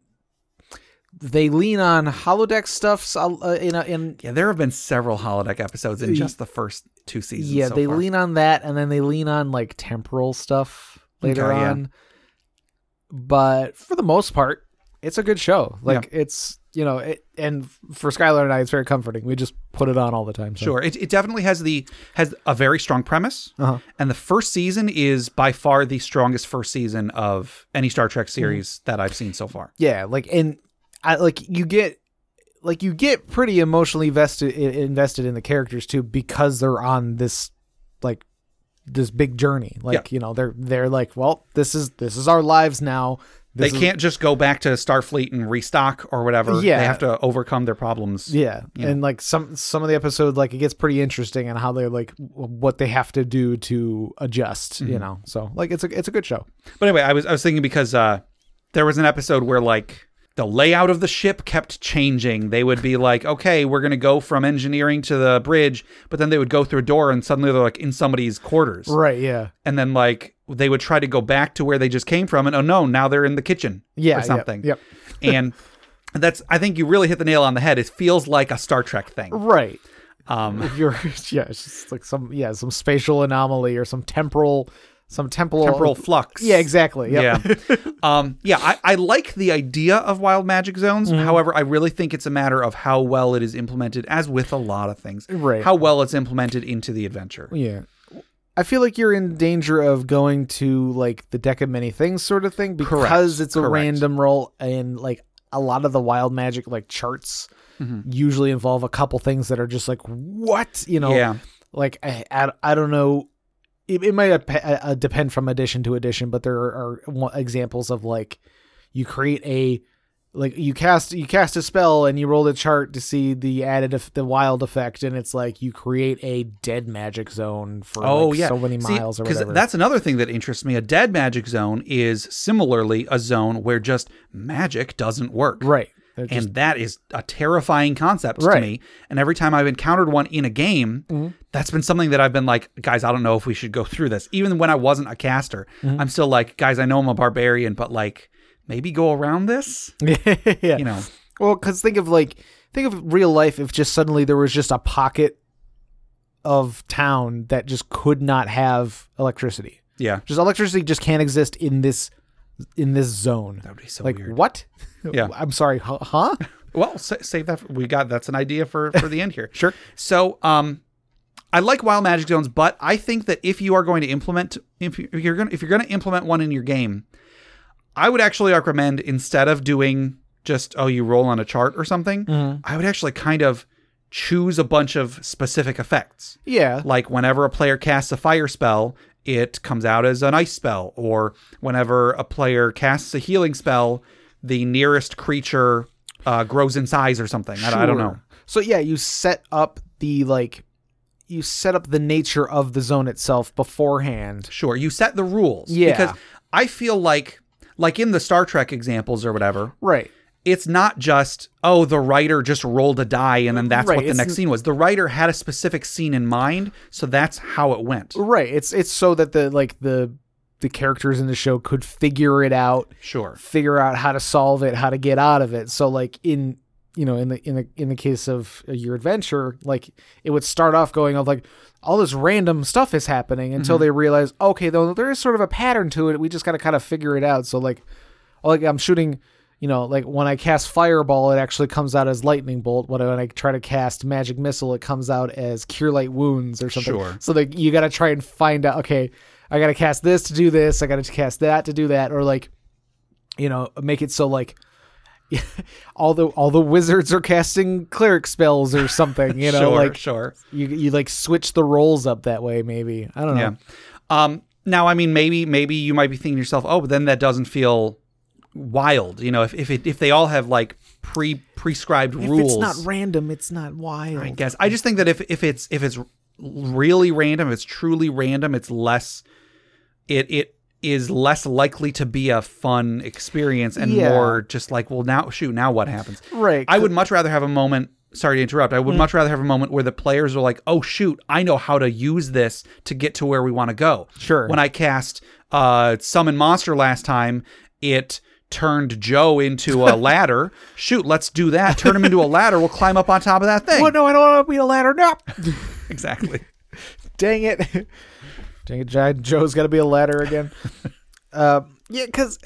S2: they lean on holodeck stuff so, uh, in a, in
S1: Yeah, there have been several holodeck episodes in just the first two seasons.
S2: yeah
S1: so
S2: they
S1: far.
S2: lean on that and then they lean on like temporal stuff later
S1: Okay, yeah.
S2: on but for the most part it's a good show like it's you know it, and for skylar and i it's very comforting we just put it on all the time so.
S1: Sure, it, it definitely has the has a very strong premise,
S2: Uh-huh.
S1: and the first season is by far the strongest first season of any Star Trek
S2: Mm-hmm.
S1: series that I've seen so far.
S2: Yeah, like and I like you get like you get pretty emotionally vested i- invested in the characters too because they're on this like this big journey. Like, you know, they're they're like, well, this is this is our lives now. This
S1: they
S2: is-
S1: can't just go back to Starfleet and restock or whatever.
S2: Yeah.
S1: They have to overcome their problems.
S2: yeah. And like some some of the episode like it gets pretty interesting on how they're like w- what they have to do to adjust,
S1: Mm-hmm.
S2: you know. So, like it's a it's a good show.
S1: But anyway, I was I was thinking because uh, there was an episode where like the layout of the ship kept changing. They would be like, okay, we're gonna go from engineering to the bridge, but then they would go through a door and suddenly they're like in somebody's quarters.
S2: Right, yeah.
S1: And then like they would try to go back to where they just came from, and oh no, now they're in the kitchen.
S2: Yeah,
S1: or
S2: yep,
S1: something.
S2: Yep.
S1: *laughs* and that's I think you really hit the nail on the head. It feels like a Star Trek thing.
S2: Right. *laughs*
S1: Um,
S2: you're yeah it's just like some yeah some spatial anomaly or some temporal some temporal um,
S1: temporal flux.
S2: yeah exactly yep. yeah
S1: Yeah. *laughs* um, yeah, I, I like the idea of wild magic zones.
S2: Mm-hmm.
S1: However, I really think it's a matter of how well it is implemented, as with a lot of things.
S2: Right.
S1: How well it's implemented into the adventure.
S2: yeah i feel like you're in danger of going to like the deck of many things sort of thing because it's a
S1: correct.
S2: random roll and like a lot of the wild magic like charts
S1: Mm-hmm.
S2: usually involve a couple things that are just like what you know
S1: Yeah.
S2: like I, I, I don't know it, it might ap- uh, depend from edition to edition but there are, one- examples of like you create a like you cast you cast a spell and you roll the chart to see the added eff- the wild effect and it's like you create a dead magic zone for
S1: Oh
S2: like,
S1: yeah.
S2: so many miles or whatever
S1: that's another thing that interests me. A dead magic zone is similarly a zone where just magic doesn't work.
S2: right They're just-
S1: and that is a terrifying concept to
S2: Right. Mm-hmm.
S1: me. And every time I've encountered one in a game, that's been something that I've been like, guys, I don't know if we should go through this. Even when I wasn't a caster,
S2: Mm-hmm.
S1: I'm still like, guys, I know I'm a barbarian, but like, maybe go around this.
S2: *laughs* yeah
S1: You
S2: *sighs*
S1: know,
S2: Well, because think of like think of real life if just suddenly there was just a pocket of town that just could not have electricity.
S1: yeah,
S2: Just electricity just can't exist in this in this zone.
S1: that would be so
S2: Like
S1: weird.
S2: what?
S1: *laughs* Yeah.
S2: I'm sorry. Huh? huh?
S1: Well, sa- save that. For, we got that's an idea for for the end here.
S2: *laughs* Sure.
S1: So, um, I like wild magic zones, but I think that if you are going to implement, if you- if you're going, to if you're going to implement one in your game, I would actually recommend instead of doing just oh you roll on a chart or something, I would actually kind of choose a bunch of specific effects.
S2: Yeah.
S1: Like whenever a player casts a fire spell, it comes out as an ice spell, or whenever a player casts a healing spell, the nearest creature uh, grows in size or something. I, I don't
S2: Sure.
S1: know.
S2: So yeah, you set up the like you set up the nature of the zone itself beforehand.
S1: Sure, you set the rules.
S2: Yeah.
S1: Because I feel like, like in the Star Trek examples or whatever,
S2: Right.
S1: it's not just oh the writer just rolled a die and then that's
S2: Right,
S1: what the
S2: it's
S1: next
S2: n-
S1: scene was the writer had a specific scene in mind so that's how it went
S2: Right. It's it's so that the like the the characters in the show could figure it out,
S1: sure
S2: figure out how to solve it, how to get out of it. So like in you know in the in the in the case of uh, your adventure, like it would start off going of like all this random stuff is happening until they realize okay though there is sort of a pattern to it. We just got to kind of figure it out. So like like I'm shooting. You know, like when I cast fireball, it actually comes out as lightning bolt. When I when I try to cast magic missile, it comes out as cure light wounds or something.
S1: Sure.
S2: So like you got to try and find out. Okay, I got to cast this to do this. I got to cast that to do that. Or like, you know, make it so like *laughs* all the all the wizards are casting cleric spells or something. You know,
S1: sure
S2: like
S1: sure
S2: you you like switch the roles up that way. Maybe I don't know.
S1: yeah um now i mean maybe maybe you might be thinking to yourself oh but then that doesn't feel wild you know if if, it, if they all have like pre prescribed rules
S2: If it's not random, it's not wild.
S1: I guess I just think that if if it's if it's really random, if it's truly random, it's less it it is less likely to be a fun experience and
S2: Yeah.
S1: more just like well now shoot now what happens
S2: Right.
S1: I would much rather have a moment sorry to interrupt I would
S2: Mm.
S1: much rather have a moment where the players are like oh shoot I know how to use this to get to where we want to go
S2: Sure.
S1: when I cast uh summon monster last time it turned Joe into
S2: *laughs*
S1: a ladder shoot let's do that turn him into a ladder we'll climb up on top of that thing
S2: Oh no, I don't want to be a ladder. No.
S1: *laughs* exactly.
S2: *laughs* Dang it. Dang it, Giant Joe's got to be a ladder
S1: *laughs*
S2: again. uh, yeah, because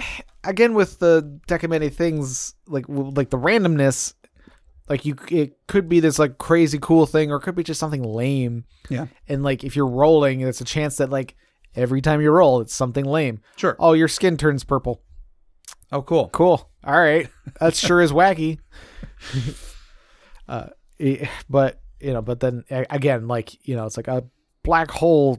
S2: again with the Decamani things, like w- like the randomness, like you, it could be this like crazy cool thing, or it could be just something lame.
S1: Yeah.
S2: And like if you're rolling, it's a chance that like every time you roll, it's something lame.
S1: Sure.
S2: Oh, your skin turns purple.
S1: Oh, cool.
S2: Cool. All right. That sure is wacky. uh, eh, but you know, but then a- again, like you know, it's like a black hole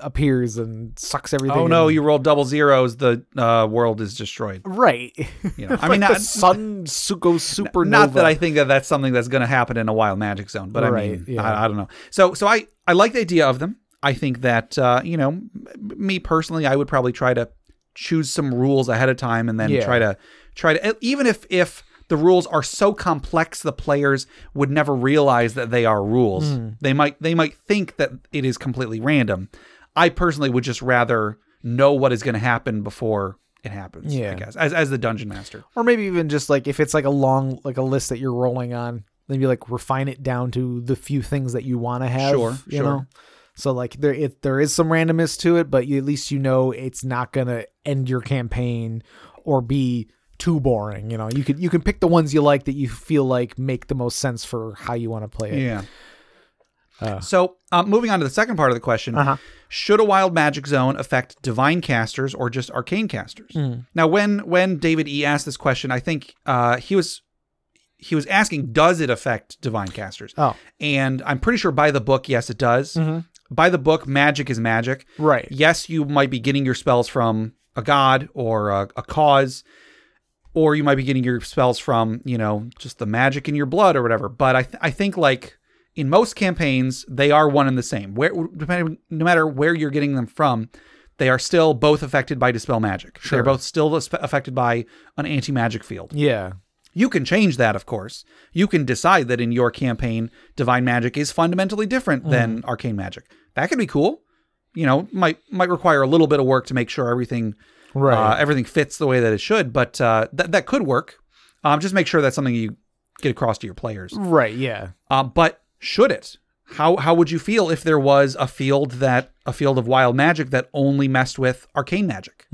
S2: appears and sucks everything.
S1: Oh no,
S2: in.
S1: you rolled double zeros. The uh, world is destroyed.
S2: right.
S1: You
S2: *laughs*
S1: know, I
S2: I
S1: mean,
S2: mean,
S1: not,
S2: the sun su- goes supernova.
S1: not that I think that that's something that's going to happen in a wild magic zone, but I mean,
S2: Right, yeah.
S1: I, I don't know. So, so I I like the idea of them. I think that uh, you know, m- me personally, I would probably try to choose some rules ahead of time and then
S2: Yeah.
S1: try to try to e, even if if the rules are so complex the players would never realize that they are rules.
S2: Hmm.
S1: They might they might think that it is completely random. I personally would just rather know what is going to happen before it happens. I
S2: Yeah.
S1: guess as as the dungeon master.
S2: or maybe even just like if it's like a long like a list that you're rolling on, maybe like refine it down to the few things that you want to have.
S1: Sure,
S2: you
S1: sure.
S2: know. So like there it, there is some randomness to it, but you, at least you know it's not gonna end your campaign or be too boring. You know, you could you can pick the ones you like that you feel like make the most sense for how you want to play it.
S1: Yeah.
S2: Uh.
S1: so, uh, moving on to the second part of the question
S2: Uh-huh.
S1: Should a wild magic zone affect divine casters or just arcane casters?
S2: Hmm.
S1: Now, when when David E asked this question, I think uh, he was he was asking, does it affect divine casters?
S2: Oh.
S1: And I'm pretty sure by the book, yes, it does.
S2: Mhm.
S1: By the book, magic is magic.
S2: Right.
S1: Yes, you might be getting your spells from a god or a, a cause, or you might be getting your spells from you know just the magic in your blood or whatever. But I th- I think like in most campaigns they are one and the same. Where depending no matter where you're getting them from, they are still both affected by dispel magic. They're
S2: Sure.
S1: both still aspe- affected by an anti magic field.
S2: Yeah.
S1: You can change that, of course. You can decide that in your campaign, divine magic is fundamentally different than arcane magic. That could be cool. You know, might might require a little bit of work to make sure everything
S2: Right.
S1: uh, everything fits the way that it should, but uh, that that could work. Um, just make sure that's something you get across to your players.
S2: right. Yeah.
S1: Um, but should it? How how would you feel if there was a field that a field of wild magic that only messed with arcane magic?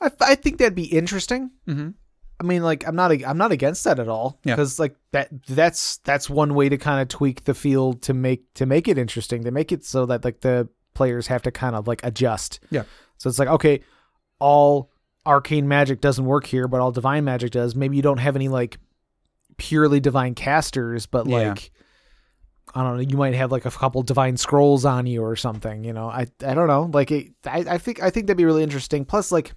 S2: I, I think that'd be interesting.
S1: Mhm.
S2: I mean, like I'm not I'm not against that at all.
S1: Yeah.
S2: Because like that that's that's one way to kind of tweak the field to make to make it interesting to make it so that like the players have to kind of like adjust.
S1: Yeah.
S2: So it's like okay, all arcane magic doesn't work here, but all divine magic does. Maybe you don't have any like purely divine casters, but
S1: Yeah.
S2: like. I don't know. You might have like a couple divine scrolls on you or something. You know, I I don't know. Like it, I I think I think that'd be really interesting. Plus, like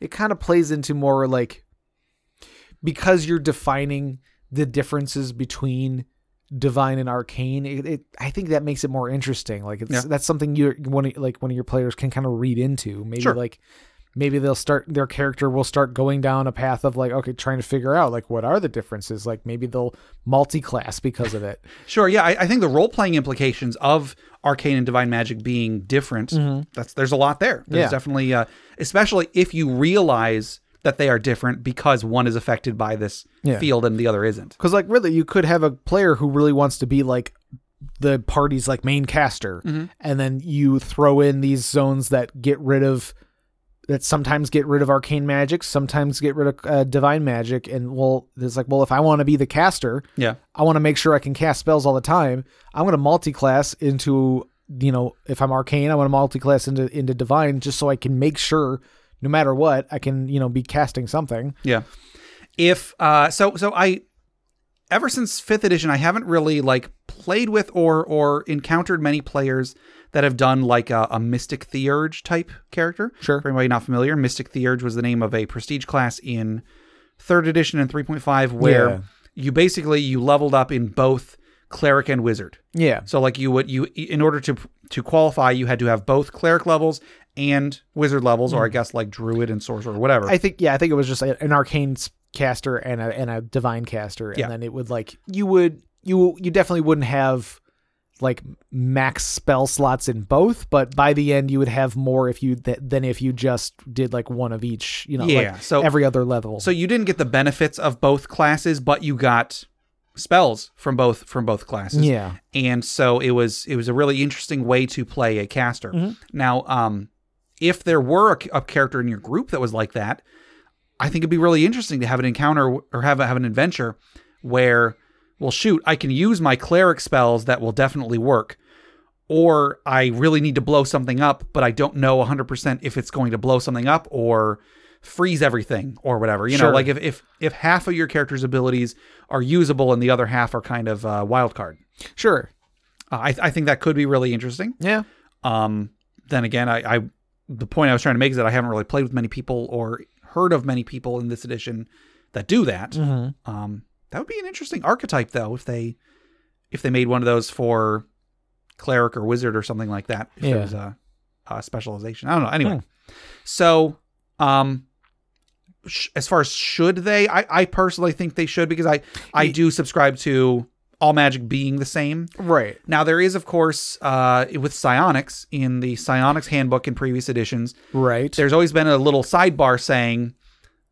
S2: it kind of plays into more like because you're defining the differences between divine and arcane it, it i think that makes it more interesting like it's
S1: Yeah.
S2: that's something you one of- like one of your players can kind of read into maybe
S1: Sure.
S2: like maybe they'll start their character will start going down a path of like okay trying to figure out like what are the differences like maybe they'll multi-class because of it
S1: Sure, yeah, I, I think the role playing implications of arcane and divine magic being different. That's there's a lot there. There's
S2: Mm-hmm. Yeah.
S1: definitely, uh, especially if you realize that they are different because one is affected by this
S2: Yeah.
S1: field and the other isn't.
S2: because like really you could have a player who really wants to be like the party's like main caster and then you throw in these zones that get rid of that sometimes get rid of arcane magic sometimes get rid of uh, divine magic and well it's like well if i want to be the caster
S1: Yeah,
S2: I want to make sure I can cast spells all the time. I'm going to multi-class into, you know, if I'm arcane, I want to multi-class into into divine just so I can make sure no matter what, I can, you know, be casting something.
S1: yeah. If uh, so, so I ever since fifth edition, I haven't really like played with or or encountered many players that have done like a, a mystic theurge type character.
S2: Sure.
S1: For anybody not familiar, mystic theurge was the name of a prestige class in third edition and 3.5 where
S2: Yeah.
S1: you basically you leveled up in both cleric and wizard.
S2: Yeah.
S1: So like you would you in order to to qualify you had to have both cleric levels and wizard levels
S2: Hmm.
S1: or I guess like druid and sorcerer whatever.
S2: I think yeah, I think it was just a- an arcane s- caster and a and a divine caster and
S1: Yeah.
S2: then it would like you would you you definitely wouldn't have like max spell slots in both, but by the end you would have more if you th- than if you just did like one of each, you know, like,
S1: Yeah, so-
S2: every other level.
S1: so you didn't get the benefits of both classes but you got spells from both from both classes.
S2: yeah.
S1: and so it was it was a really interesting way to play a caster. Now, um, if there were a, a character in your group that was like that, I think it'd be really interesting to have an encounter or have have an adventure where, well, shoot, I can use my cleric spells that will definitely work, or I really need to blow something up, but I don't know 100 percent if it's going to blow something up or freeze everything or whatever. You know,
S2: Sure.
S1: like if if if half of your character's abilities are usable and the other half are kind of uh, wild card.
S2: Sure.
S1: Uh, I, I think that could be really interesting.
S2: Yeah.
S1: Um, then again, I, I the point I was trying to make is that I haven't really played with many people or heard of many people in this edition that do that.
S2: Mm. Mm-hmm.
S1: Um, that would be an interesting archetype though if they if they made one of those for cleric or wizard or something like that. If there
S2: Yeah. Hmm.
S1: was a, a specialization, I don't know. Anyway, so um. sh- As far as should they, I, I personally think they should because I, I
S2: Ye-
S1: do subscribe to all magic being the same.
S2: Right.
S1: Now there is, of course, uh, with psionics in the psionics handbook in previous editions.
S2: Right.
S1: There's always been a little sidebar saying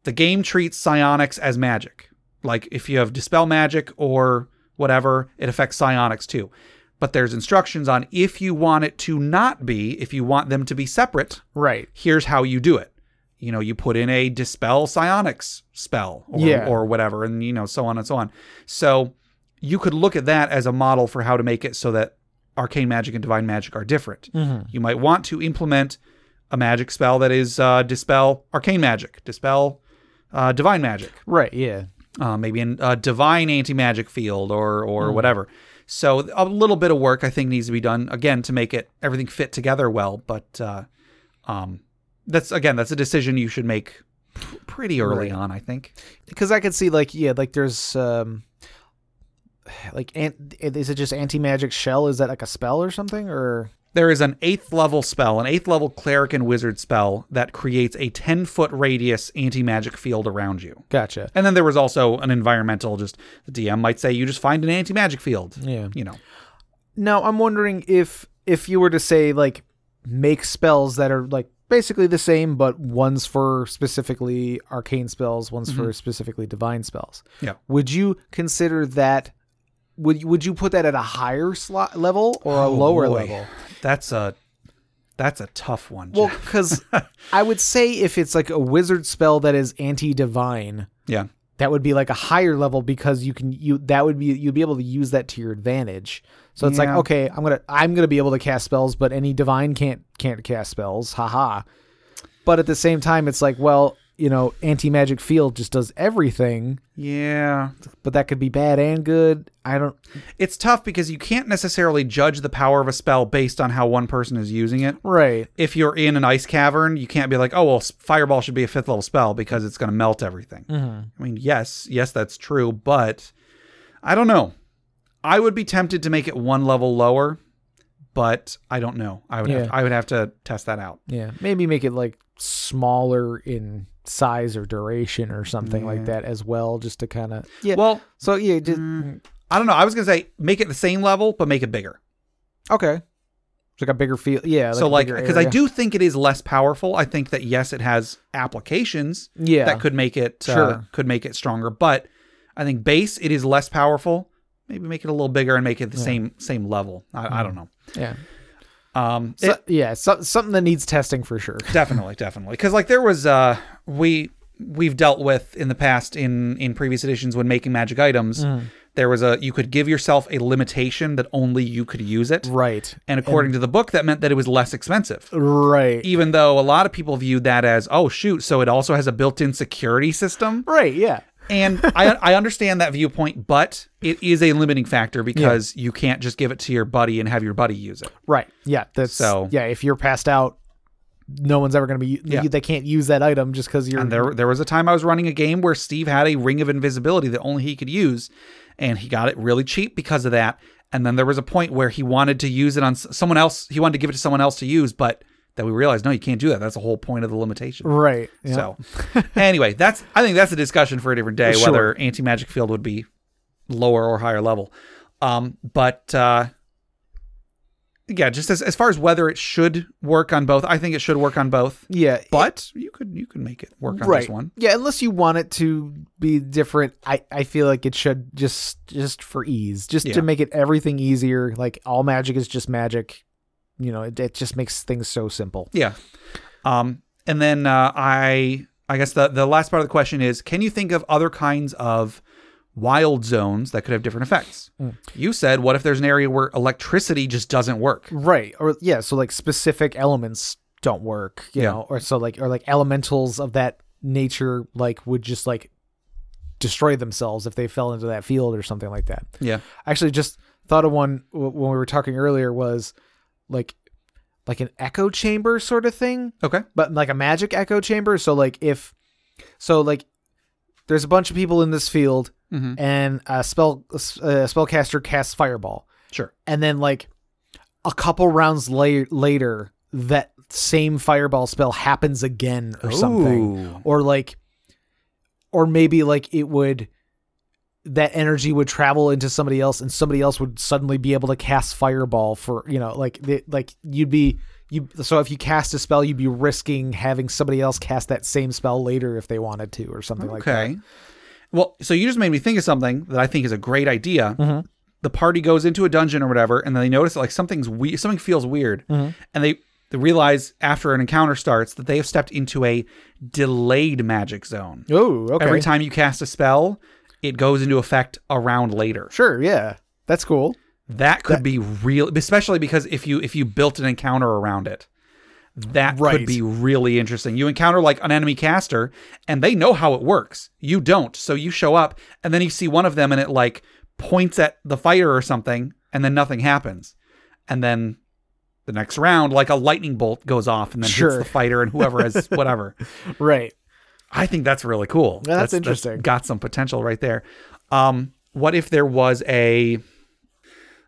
S1: the game treats psionics as magic. Like if you have dispel magic or whatever, it affects psionics too. But there's instructions on if you want it to not be, if you want them to be separate,
S2: right.
S1: here's how you do it. You know, you put in a dispel psionics spell or,
S2: Yeah.
S1: or whatever, and you know, so on and so on. So you could look at that as a model for how to make it so that arcane magic and divine magic are different. You might want to implement a magic spell that is uh, dispel arcane magic, dispel uh, divine magic
S2: Right. Yeah.
S1: uh, maybe in a divine anti magic field or or whatever. So a little bit of work I think needs to be done again to make it everything fit together well. But uh, um, that's again that's a decision you should make p- pretty early on. I think.
S2: Because I could see like yeah like there's um like ant- is it just anti magic shell? Is that like a spell or something or
S1: There is an eighth level spell, an eighth level cleric and wizard spell that creates a 10 foot radius anti magic field around you.
S2: gotcha?
S1: And then there was also an environmental, just the DM might say you just find an anti magic field.
S2: Yeah.
S1: You know,
S2: Now I'm wondering if if you were to say like make spells that are like basically the same but one's for specifically arcane spells, one's
S1: Mm-hmm.
S2: for specifically divine spells.
S1: Yeah.
S2: Would you consider that would you- would you put that at a higher slot level or a
S1: Oh,
S2: lower
S1: boy.
S2: level?
S1: that's a that's a tough one.
S2: Well,
S1: Jeff. *laughs*
S2: because I would say if it's like a wizard spell that is anti-divine,
S1: yeah.
S2: that would be like a higher level because you can you that would be you'd be able to use that to your advantage. So it's
S1: Yeah.
S2: like okay, I'm gonna I'm gonna be able to cast spells, but any divine can't can't cast spells. Haha. But at the same time, it's like well, you know, anti-magic field just does everything,
S1: Yeah.
S2: but that could be bad and good. I don't.
S1: It's tough because you can't necessarily judge the power of a spell based on how one person is using it.
S2: Right.
S1: If you're in an ice cavern, you can't be like, oh, well, s- fireball should be a fifth level spell because it's going to melt everything.
S2: Mm. Mm-hmm.
S1: I mean, yes, yes, that's true, but I don't know. I would be tempted to make it one level lower, but I don't know. I would, have,
S2: Yeah.
S1: I would have to test that out.
S2: Yeah. Maybe make it like smaller in size or duration or something
S1: Yeah.
S2: like that as well, just to kind of yeah.
S1: Well,
S2: so yeah, just
S1: mm, I don't know. I was gonna say make it the same level, but make it bigger.
S2: okay. It's like a bigger feel, yeah.
S1: so
S2: a
S1: like
S2: bigger
S1: because I
S2: area.
S1: do think it is less powerful. I think that yes, it has applications
S2: yeah,
S1: that could make it uh,
S2: Sure.
S1: could make it stronger, but I think base it is less powerful. Maybe make it a little bigger and make it the
S2: Yeah.
S1: same same level. I, I don't know.
S2: yeah,
S1: Um,
S2: so,
S1: it-
S2: yeah, so, something that needs testing for sure.
S1: definitely definitely because like there was uh we we've dealt with in the past in in previous editions when making magic items
S2: Hmm.
S1: there was a you could give yourself a limitation that only you could use it
S2: Right,
S1: and according to the book that meant that it was less expensive
S2: right,
S1: even though a lot of people viewed that as oh shoot so it also has a built-in security system
S2: right, yeah,
S1: and I, I understand that viewpoint but it is a limiting factor because you can't just give it to your buddy and have your buddy use it
S2: right, yeah. That's
S1: So-
S2: yeah. If you're passed out, no one's ever gonna be.
S1: Yeah.
S2: They can't use that item just because you're
S1: And there, there was a time I was running a game where Steve had a ring of invisibility that only he could use, and he got it really cheap because of that. And then there was a point where he wanted to use it on s- someone else. He wanted to give it to someone else to use, but then we realized, no, you can't do that. That's the whole point of the limitation.
S2: right. Yeah.
S1: So, anyway, that's I think that's a discussion for a different day
S2: Sure.
S1: whether anti magic field would be lower or higher level. Um, but uh, yeah, just as as far as whether it should work on both, I think it should work on both.
S2: yeah,
S1: But you could you could make it work on
S2: right.
S1: this one.
S2: Yeah, unless you want it to be different, I, I feel like it should just just for ease, just
S1: Yeah.
S2: to make it everything easier. Like all magic is just magic. You know, it, it just makes things so simple.
S1: Yeah. Um, and then uh, I I guess the the last part of the question is: Can you think of other kinds of wild zones that could have different effects?
S2: Hmm.
S1: You said, what if there's an area where electricity just doesn't work?
S2: Right. Or yeah, so like specific elements don't work, you
S1: Yeah.
S2: know, or so like or like elementals of that nature like would just like destroy themselves if they fell into that field or something like that.
S1: Yeah.
S2: I actually just thought of one w- when we were talking earlier was like like an echo chamber sort of thing
S1: Okay.
S2: but like a magic echo chamber. So like if so like there's a bunch of people in this field,
S1: Mm-hmm.
S2: and a spell a s- a spellcaster casts fireball,
S1: Sure.
S2: and then like a couple rounds later, later that same fireball spell happens again or something,
S1: Ooh.
S2: or like, or maybe like it would. That energy would travel into somebody else, and somebody else would suddenly be able to cast fireball for you know, like the, like you'd be you. So if you cast a spell, you'd be risking having somebody else cast that same spell later if they wanted to, or something like that.
S1: Okay. Well, so you just made me think of something that I think is a great idea.
S2: Mhm.
S1: The party goes into a dungeon or whatever, and then they notice that, like something's we- something feels weird,
S2: Mhm.
S1: and they they realize after an encounter starts that they have stepped into a delayed magic zone.
S2: Oh, okay.
S1: Every time you cast a spell, it goes into effect a round later.
S2: Sure, yeah. That's cool.
S1: That could be real, especially because if you if you built an encounter around it, that could
S2: Right.
S1: be really interesting. You encounter like an enemy caster, and they know how it works. You don't, so you show up, and then you see one of them, and it like points at the fighter or something, and then nothing happens, and then the next round, like a lightning bolt goes off, and then
S2: Sure.
S1: hits the fighter and whoever
S2: *laughs*
S1: has whatever.
S2: Right.
S1: I think that's really cool.
S2: Yeah, that's interesting.
S1: got some potential right there. Um, what if there was a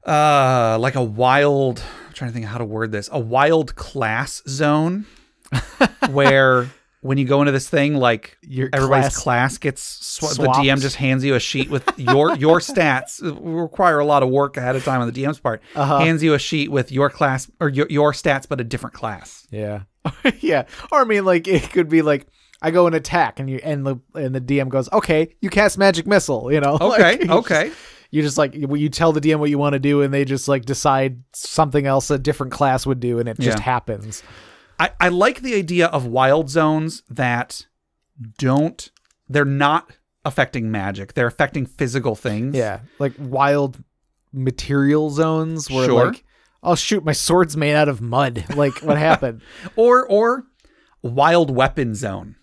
S1: uh like a wild I'm trying to think how to word this, a wild class
S2: *laughs*
S1: zone where when you go into this thing like
S2: Your
S1: everybody's class,
S2: class-
S1: gets sw- the
S2: Swapped.
S1: DM just hands you a sheet with your
S2: *laughs*
S1: your stats It require a lot of work ahead of time on the DM's part.
S2: Uh-huh.
S1: Hands you a sheet with your class or your, your stats but a different class.
S2: Yeah. *laughs* yeah. Or I mean like it could be like I go and attack and you and the and the DM goes, "Okay, you cast magic missile," you know. *laughs* Like,
S1: Okay, Oh.
S2: you just-
S1: okay.
S2: you just like you you tell the DM what you want to do and they just like decide something else a different class would do and it just
S1: Yeah.
S2: happens.
S1: I, I like the idea of wild zones that don't they're not affecting magic. They're affecting physical things.
S2: Yeah. Like wild material zones where
S1: Sure.
S2: like Oh shoot! My sword's made out of mud. Like,
S1: *laughs*
S2: what happened?
S1: Or or wild weapon
S2: *laughs*
S1: zone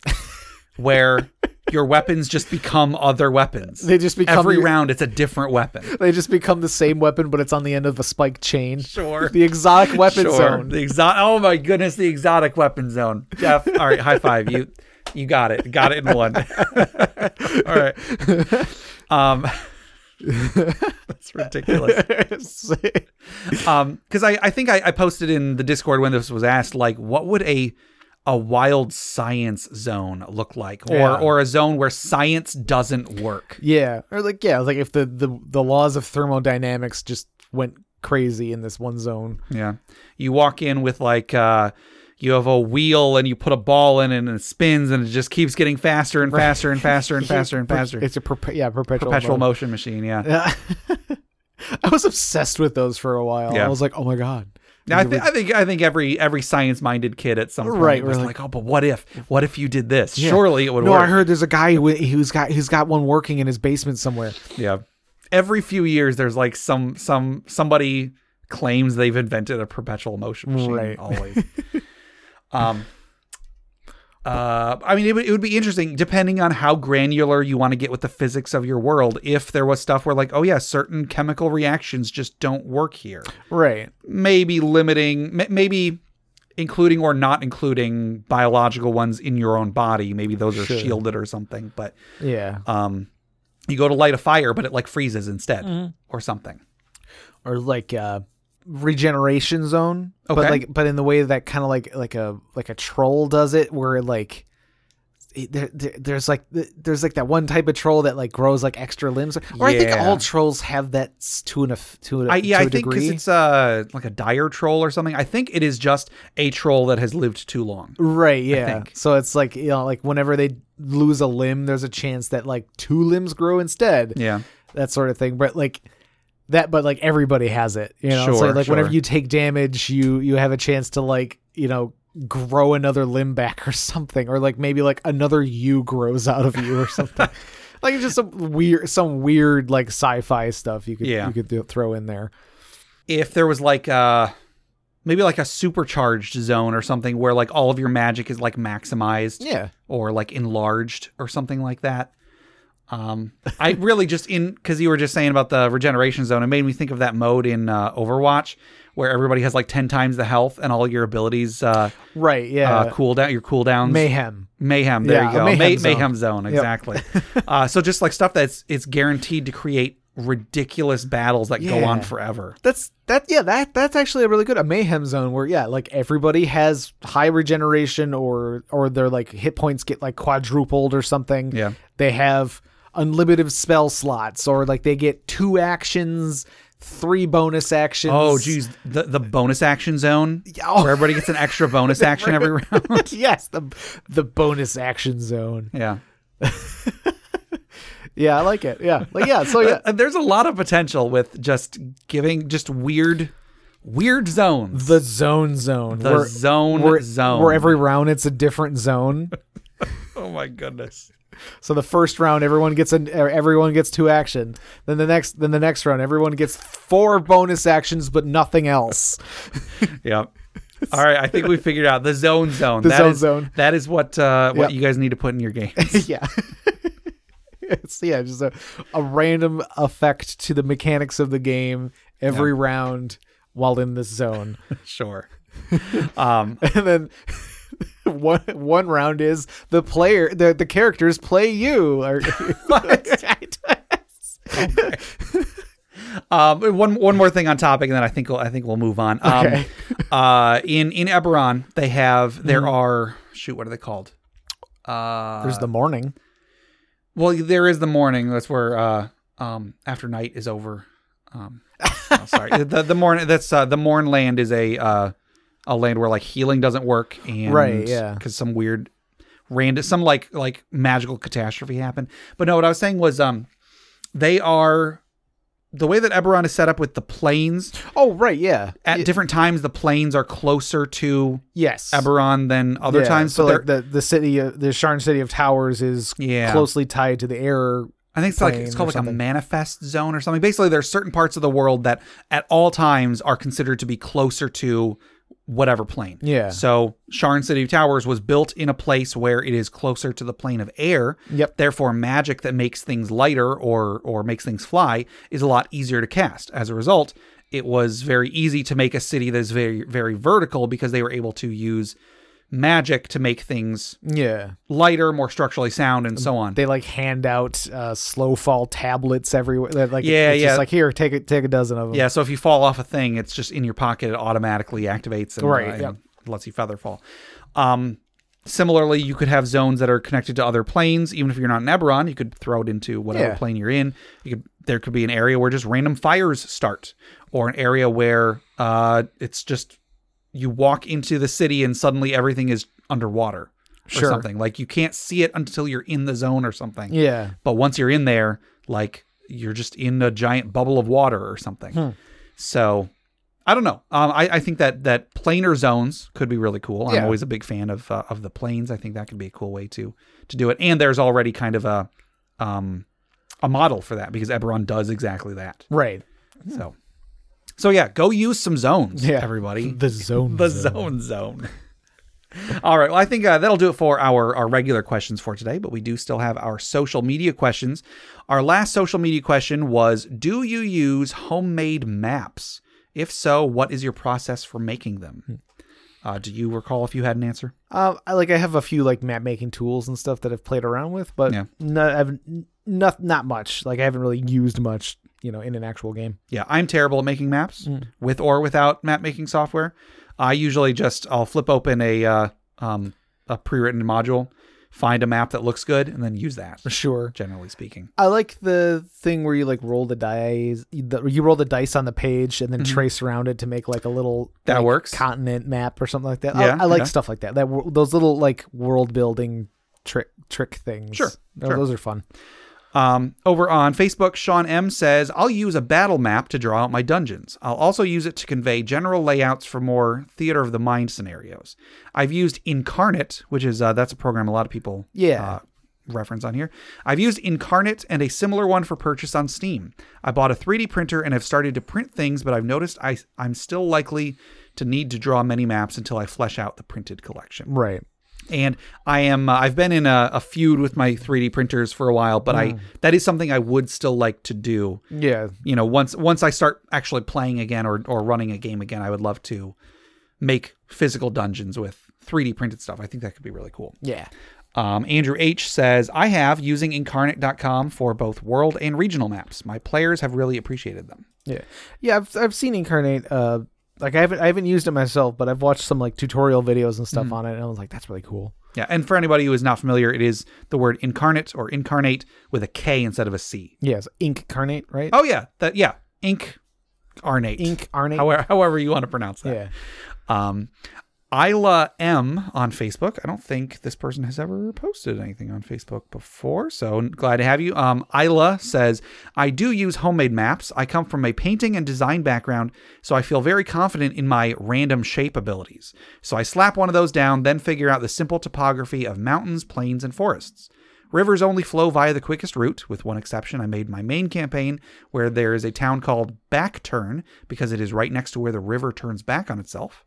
S1: where your weapons just become other weapons.
S2: They just become
S1: Every
S2: your-
S1: round it's a different
S2: *laughs*
S1: weapon.
S2: They just become the same weapon, but it's on the end of a spike chain.
S1: Sure.
S2: The exotic weapon
S1: Sure.
S2: zone. *laughs*
S1: The exo- oh my goodness, the exotic weapon zone. Jeff, all right, high five. You you got it. Got it in one. *laughs* all
S2: *laughs*
S1: right. Um *laughs* That's ridiculous. um because I, I think I, I posted in the discord when this was asked like what would a a wild science zone look like or
S2: Yeah.
S1: or a zone where science doesn't work
S2: Yeah, or like yeah, like if the the the laws of thermodynamics just went crazy in this one zone.
S1: yeah you walk in with like uh you have a wheel and you put a ball in it and it spins and it just keeps getting faster and faster and faster
S2: *laughs*
S1: and faster and
S2: Per-
S1: faster
S2: It's a perpe- yeah perpetual
S1: perpetual
S2: mo-
S1: motion machine yeah
S2: Yeah. *laughs* I was obsessed with those for a while.
S1: Yeah.
S2: I was like, oh my god.
S1: Now, I,
S2: These are
S1: thi- I think I think every every science minded kid at some point
S2: Right,
S1: was
S2: we're
S1: like, oh, but what if? What if you did this?
S2: Yeah.
S1: Surely it would
S2: No,
S1: work.
S2: I heard there's a guy who, who's got who's got one working in his basement somewhere.
S1: yeah. Every few years, there's like some some somebody claims they've invented a perpetual motion machine.
S2: Right.
S1: Always. um. Uh, I mean, it would, it would be interesting depending on how granular you want to get with the physics of your world. If there was stuff where, like, oh yeah, certain chemical reactions just don't work here,
S2: Right.
S1: maybe limiting, m- maybe including or not including biological ones in your own body. Maybe those are
S2: Sure.
S1: shielded or something. But
S2: Yeah.
S1: um, you go to light a fire, but it like freezes instead or something.
S2: Or like uh regeneration zone.
S1: Okay.
S2: But like but in the way that kind of like like a like a troll does it where like it- there, there, there's like there's like that one type of troll that like grows like extra limbs, or I think
S1: Yeah.
S2: all trolls have that s- to an eff- to, a
S1: I, yeah,
S2: to
S1: I
S2: a
S1: think because
S2: degree.
S1: it's uh, like a dire troll or something. I think it is just a troll that has lived too long.
S2: Right, yeah.
S1: think.
S2: So it's like you know, like whenever they lose a limb, there's a chance that like two limbs grow instead.
S1: Yeah.
S2: That sort of thing. But like that but like everybody has it. You know? so
S1: Sure,
S2: like whenever
S1: sure.
S2: you take damage, you you have a chance to like, you know, grow another limb back *laughs* or something. Or like maybe like another you grows out of you
S1: *laughs*
S2: or something. like it's just some weird some weird like sci fi stuff you could
S1: Yeah.
S2: you could th- throw in there.
S1: If there was like uh maybe like a supercharged zone or something where like all of your magic is like maximized.
S2: Yeah.
S1: or like enlarged or something like that. Um, I really just in because you were just saying about the regeneration zone, it made me think of that mode in uh, Overwatch where everybody has like ten times the health and all your abilities uh,
S2: Right, yeah.
S1: uh, cooldown your cooldowns
S2: Mayhem.
S1: mayhem. There
S2: Yeah,
S1: you go,
S2: a
S1: mayhem, May-
S2: mayhem zone.
S1: mayhem zone
S2: *laughs*
S1: exactly. uh, so just like stuff that's it's guaranteed to create ridiculous battles that go
S2: Yeah.
S1: on forever.
S2: That's that yeah, that that's actually a really good a mayhem zone where yeah, like everybody has high regeneration or or their like hit points get like quadrupled or something.
S1: Yeah.
S2: They have unlimited spell slots or like they get two actions, three bonus actions.
S1: Oh geez, the the bonus action zone
S2: Oh.
S1: where everybody gets an
S2: *laughs*
S1: extra bonus action every round. *laughs*
S2: yes, the the bonus action zone.
S1: Yeah.
S2: Yeah, I like it. Yeah. Like yeah,
S1: *laughs*
S2: so yeah.
S1: Uh, there's a lot of potential with just giving just weird weird zones
S2: The zone zone.
S1: the
S2: where,
S1: zone
S2: where,
S1: zone
S2: Where every round it's a different zone.
S1: oh my goodness
S2: So the first round, everyone gets an er, everyone gets two action. Then the next, then the next round, everyone gets four bonus actions, but nothing else. *laughs*
S1: yep all right i think we figured out the zone zone
S2: The
S1: That
S2: zone
S1: is-
S2: zone.
S1: that is what uh what
S2: Yep.
S1: you guys need to put in your game
S2: yeah, *laughs* it's yeah, just a, a random effect to the mechanics of the game every round while in this zone, *laughs*
S1: sure um
S2: and then. *laughs* One one round is the player the the characters play you. Or, *laughs*
S1: Um, one one more thing on topic, and then I think we'll, I think we'll move on. Um,
S2: Okay.
S1: *laughs* uh, in in Eberron, they have there are shoot, what are they called? Uh,
S2: Mm-hmm. There's the morning.
S1: well, there is the morning. That's where uh, um, after night is over. Um, oh,
S2: *laughs*
S1: sorry, the the morn that's uh, the morn land is a uh, a land where like healing doesn't work and
S2: Right, yeah.
S1: because some weird random some like like magical catastrophe happened. But no, what I was saying was um, they are. The way that Eberron is set up with the planes,
S2: Oh right, yeah.
S1: at
S2: Y-
S1: different times the planes are closer to
S2: yes.
S1: Eberron than other
S2: Yeah,
S1: times.
S2: So
S1: but
S2: like
S1: they're-
S2: the the city, uh, the Sharn city of towers is
S1: Yeah.
S2: closely tied to the error.
S1: I think it's like it's
S2: plane
S1: called
S2: or
S1: like a
S2: something.
S1: manifest zone or something. Basically, there are certain parts of the world that at all times are considered to be closer to whatever plane.
S2: Yeah.
S1: So Sharn City of Towers was built in a place where it is closer to the plane of air.
S2: Yep.
S1: Therefore, magic that makes things lighter or or makes things fly is a lot easier to cast. As a result, it was very easy to make a city that is very very vertical because they were able to use magic to make things
S2: Yeah,
S1: lighter, more structurally sound, and so on.
S2: they like hand out uh, slow fall tablets everywhere. That like
S1: Yeah,
S2: it's
S1: yeah.
S2: Just like here, take it, take a dozen of them.
S1: Yeah, so if you fall off a thing, it's just in your pocket. It automatically activates and,
S2: Right,
S1: uh,
S2: yeah.
S1: and lets you feather fall. Um, Similarly, you could have zones that are connected to other planes. Even if you're not in Eberron, you could throw it into whatever
S2: Yeah.
S1: plane you're in. You could there could be an area where just random fires start, or an area where uh, it's just you walk into the city and suddenly everything is underwater
S2: Sure.
S1: or something. Like you can't see it until you're in the zone or something.
S2: Yeah.
S1: But once you're in there, like you're just in a giant bubble of water or something.
S2: Hmm.
S1: So I don't know. Um, I, I think that that planar zones could be really cool. I'm
S2: Yeah.
S1: always a big fan of uh, of the planes. I think that could be a cool way to to do it. And there's already kind of a um a model for that because Eberron does exactly that.
S2: Right.
S1: So so yeah, go use some zones,
S2: Hmm. Yeah. *laughs*
S1: everybody
S2: The zone.
S1: the zone zone. *laughs* All right. Well, I think uh, that'll do it for our, our regular questions for today, but we do still have our social media questions. Our last social media question was Do you use homemade maps? If so, what is your process for making them? Uh, do you recall if you had an answer?
S2: Um, I like I have a few like map making tools and stuff that I've played around with, but
S1: Yeah.
S2: no, I haven't not not much. Like I haven't really used much, you know, in an actual game.
S1: Yeah, I'm terrible at making maps with or without map making software. I usually just I'll flip open a uh, um, a pre-written module, find a map that looks good, and then use that.
S2: Sure.
S1: Generally speaking.
S2: I like the thing where you like roll the dice, the, you roll the dice on the page and then trace around it to make like a little
S1: Mm-hmm. That
S2: like,
S1: works.
S2: continent map or something like that. I-
S1: Yeah,
S2: I, like
S1: yeah.
S2: stuff like that. That wor- those little like world building trick trick things.
S1: Sure,
S2: Tho-
S1: sure.
S2: those are fun.
S1: Um, over on Facebook, Sean M says, I'll use a battle map to draw out my dungeons. I'll also use it to convey general layouts for more theater of the mind scenarios. I've used Incarnate, which is uh, that's a program a lot of people
S2: Yeah.
S1: uh, reference on here. I've used Incarnate and a similar one for purchase on Steam. I bought a 3D printer and have started to print things, but I've noticed I, I'm still likely to need to draw many maps until I flesh out the printed collection
S2: Right.
S1: and I am uh, I've been in a, a feud with my 3D printers for a while, but I that is something I would still like to do.
S2: Yeah.
S1: You know, once once I start actually playing again or or running a game again, I would love to make physical dungeons with 3D printed stuff. I think that could be really cool.
S2: Yeah.
S1: Um, Andrew H says, I have using incarnate.com for both world and regional maps. My players have really appreciated them.
S2: Yeah, yeah. I've I've seen Incarnate. Uh, like I haven't I haven't used it myself, but I've watched some like tutorial videos
S1: Mm-hmm.
S2: and stuff on it, and I was like, that's really cool.
S1: Yeah. And for anybody who is not familiar, it is the word incarnate or incarnate with a K instead of a C.
S2: Yeah, it's Incarnate, right?
S1: Oh, yeah. That, yeah. Inc. Arnate.
S2: Incarnate.
S1: however, however you want to pronounce that.
S2: yeah.
S1: Um, Isla M on Facebook. I don't think this person has ever posted anything on Facebook before, so glad to have you. Um, Isla says, I do use homemade maps. I come from a painting and design background, so I feel very confident in my random shape abilities. So I slap one of those down, then figure out the simple topography of mountains, plains, and forests. Rivers only flow via the quickest route, with one exception. I made my main campaign where there is a town called Backturn because it is right next to where the river turns back on itself.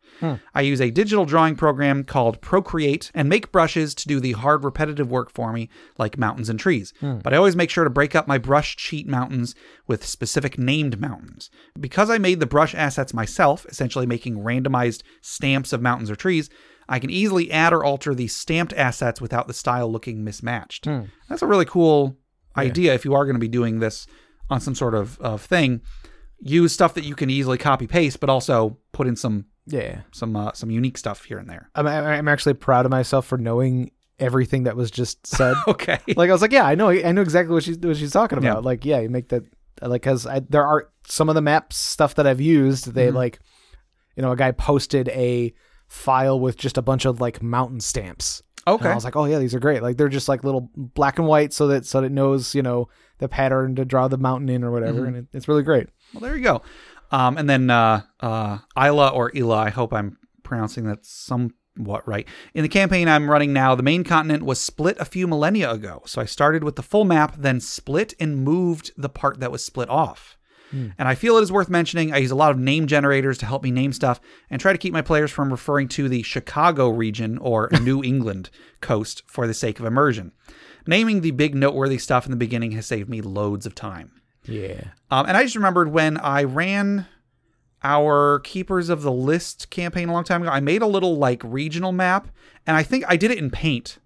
S1: I use a digital drawing program called Procreate and make brushes to do the hard, repetitive work for me, like mountains and trees. But I always make sure to break up my brush cheat mountains with specific named mountains. Because I made the brush assets myself, essentially making randomized stamps of mountains or trees, I can easily add or alter these stamped assets without the style looking mismatched. That's a really cool idea if you are going to be doing this on some sort of, of thing. Use stuff that you can easily copy paste, but also put in some
S2: Yeah.
S1: some uh, some unique stuff here and there. *laughs*
S2: I'm I'm I'm actually proud of myself for knowing everything that was just said. *laughs*
S1: Okay.
S2: like I was like, yeah, I know I know exactly what she's what she's talking about.
S1: Yeah.
S2: Like, yeah, you make that like because there are some of the maps stuff that I've used. They like, you know, a guy posted a file with just a bunch of like mountain stamps. And I
S1: Okay.
S2: was like, oh yeah, these are great. Like they're just like little black and white, so that so that it knows you know the pattern to draw the mountain in or whatever, and it, it's really great.
S1: Well, there you go. Um, and then uh, uh, Isla or Ila, I hope I'm pronouncing that somewhat right. In the campaign I'm running now, the main continent was split a few millennia ago. So I started with the full map, then split and moved the part that was split off. And I feel it is worth mentioning. I use a lot of name generators to help me name stuff and try to keep my players from referring to the Chicago region or New England coast for the sake of immersion. Naming the big noteworthy stuff in the beginning has saved me loads of time.
S2: Yeah.
S1: Um, and I just remembered when I ran our Keepers of the List campaign a long time ago, I made a little like regional map, and I think I did it in Paint.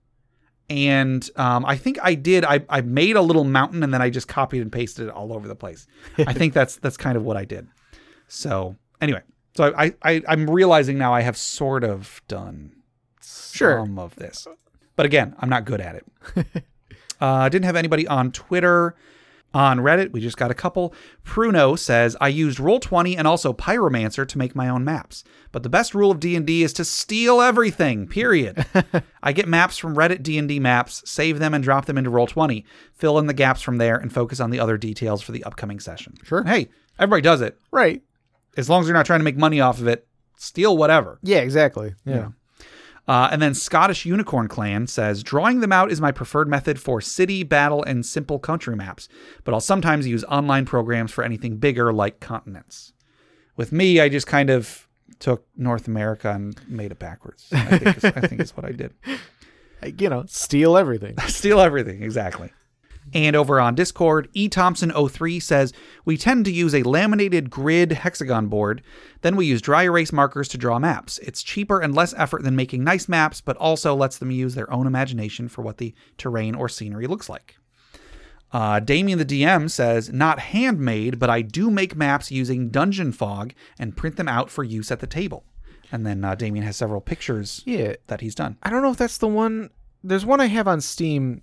S1: And um, I think I did. I, I made a little mountain, and then I just copied and pasted it all over the place. I think that's that's kind of what I did. So anyway, so I, I I'm realizing now I have sort of done
S2: Sure.
S1: some of this. But again, I'm not good at
S2: *laughs*
S1: it. uh, I didn't have anybody on Twitter. On Reddit, we just got a couple. Pruno says, "I used Roll20 and also Pyromancer to make my own maps, but the best rule of D&D is to steal everything.
S2: *laughs*
S1: Period. I get maps from Reddit D&D maps, save them and drop them into Roll20, fill in the gaps from there and focus on the other details for the upcoming session."
S2: Sure.
S1: Hey, everybody does it.
S2: Right.
S1: As long as you're not trying to make money off of it, steal whatever.
S2: Yeah, exactly. Yeah.
S1: Uh, and then Scottish Unicorn Clan says, drawing them out is my preferred method for city, battle, and simple country maps, but I'll sometimes use online programs for anything bigger like continents. With me, I just kind of took North America and made it backwards. I think is, I think is what I did.
S2: Like, you know, steal everything.
S1: *laughs* Steal everything, exactly. And over on Discord, E Thompson03 says, We tend to use a laminated grid hexagon board. Then we use dry erase markers to draw maps. It's cheaper and less effort than making nice maps, but also lets them use their own imagination for what the terrain or scenery looks like. Uh, Damien the DM says, Not handmade, but I do make maps using Dungeon Fog and print them out for use at the table. And then uh, Damien has several pictures
S2: Yeah.
S1: that he's done.
S2: I don't know if that's the one. There's one I have on Steam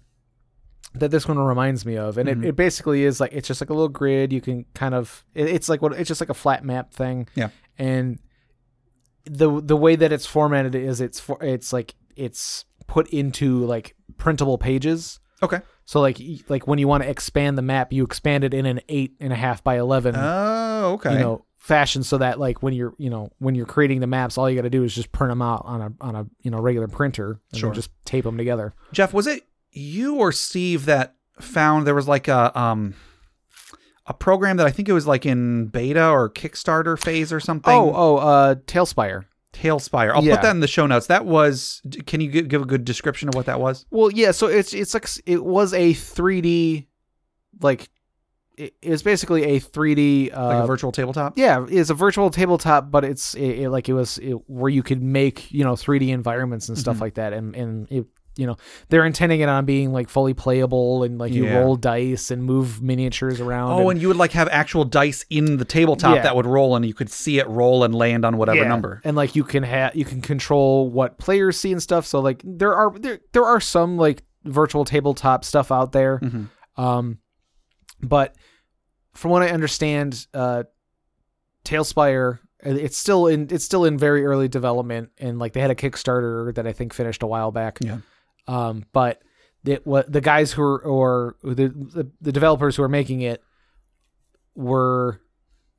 S2: that this one reminds me of, and
S1: Mm-hmm.
S2: it, it basically is like it's just like a little grid. You can kind of it, it's like what it's just like a flat map thing.
S1: Yeah.
S2: and the the way that it's formatted is it's for it's like it's put into like printable pages.
S1: Okay.
S2: So like y- like when you want to expand the map, you expand it in an eight and a half by eleven,
S1: Oh, okay.
S2: Mm. you know, fashion. So that like when you're you know when you're creating the maps, all you got to do is just print them out on a on a you know regular printer and
S1: Sure.
S2: then just tape them together.
S1: Jeff, was it you or Steve that found there was like a um a program that I think it was like in beta or Kickstarter phase or something?
S2: Oh, oh, uh, Tailspire.
S1: Tailspire. I'll
S2: Yeah.
S1: put that in the show notes. That was. d- Can you gi- give a good description of what that was?
S2: Well, yeah. So it's it's like s- it was a 3D, like it, it was basically a 3D. Uh,
S1: Like a virtual tabletop.
S2: yeah, it's a virtual tabletop, but it's it, it, like it was it, where you could make you know 3D environments and stuff
S1: Mhm.
S2: like that, and and it, you know they're intending it on being like fully playable and like you
S1: Yeah.
S2: roll dice and move miniatures around.
S1: Oh, and you would like have actual dice in the tabletop
S2: Yeah.
S1: that would roll, and you could see it roll and land on whatever
S2: Yeah.
S1: number.
S2: and like you can have you can control what players see and stuff so like there are there, there are some like virtual tabletop stuff out there
S1: Mhm.
S2: um but from what i understand uh tailspire uh, it's still in it's still in very early development and like they had a kickstarter that i think finished a while back
S1: Yeah.
S2: um but it, what the guys who are or the, the the developers who are making it were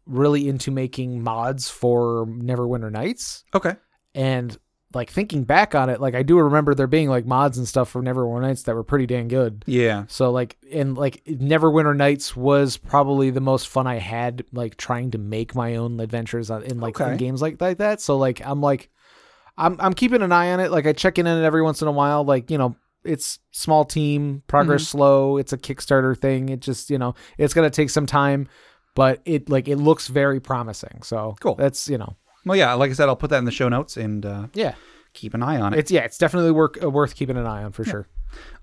S2: really into making mods for Neverwinter Nights
S1: Okay.
S2: and like thinking back on it like I do remember there being like mods and stuff for Neverwinter Nights that were pretty dang good.
S1: Yeah.
S2: So like and like Neverwinter Nights was probably the most fun I had like trying to make my own adventures on- in like
S1: Okay.
S2: games like like that. So like I'm like I'm I'm keeping an eye on it. Like I check in on it every once in a while. Like you know it's small team progress slow. It's a Kickstarter thing. It just you know it's gonna take some time, but it like it looks very promising. So
S1: Cool.
S2: That's you know
S1: Well, yeah. Like I said, I'll put that in the show notes and uh,
S2: yeah.
S1: keep an eye on it.
S2: It's yeah. It's definitely work uh, worth keeping an eye on for sure.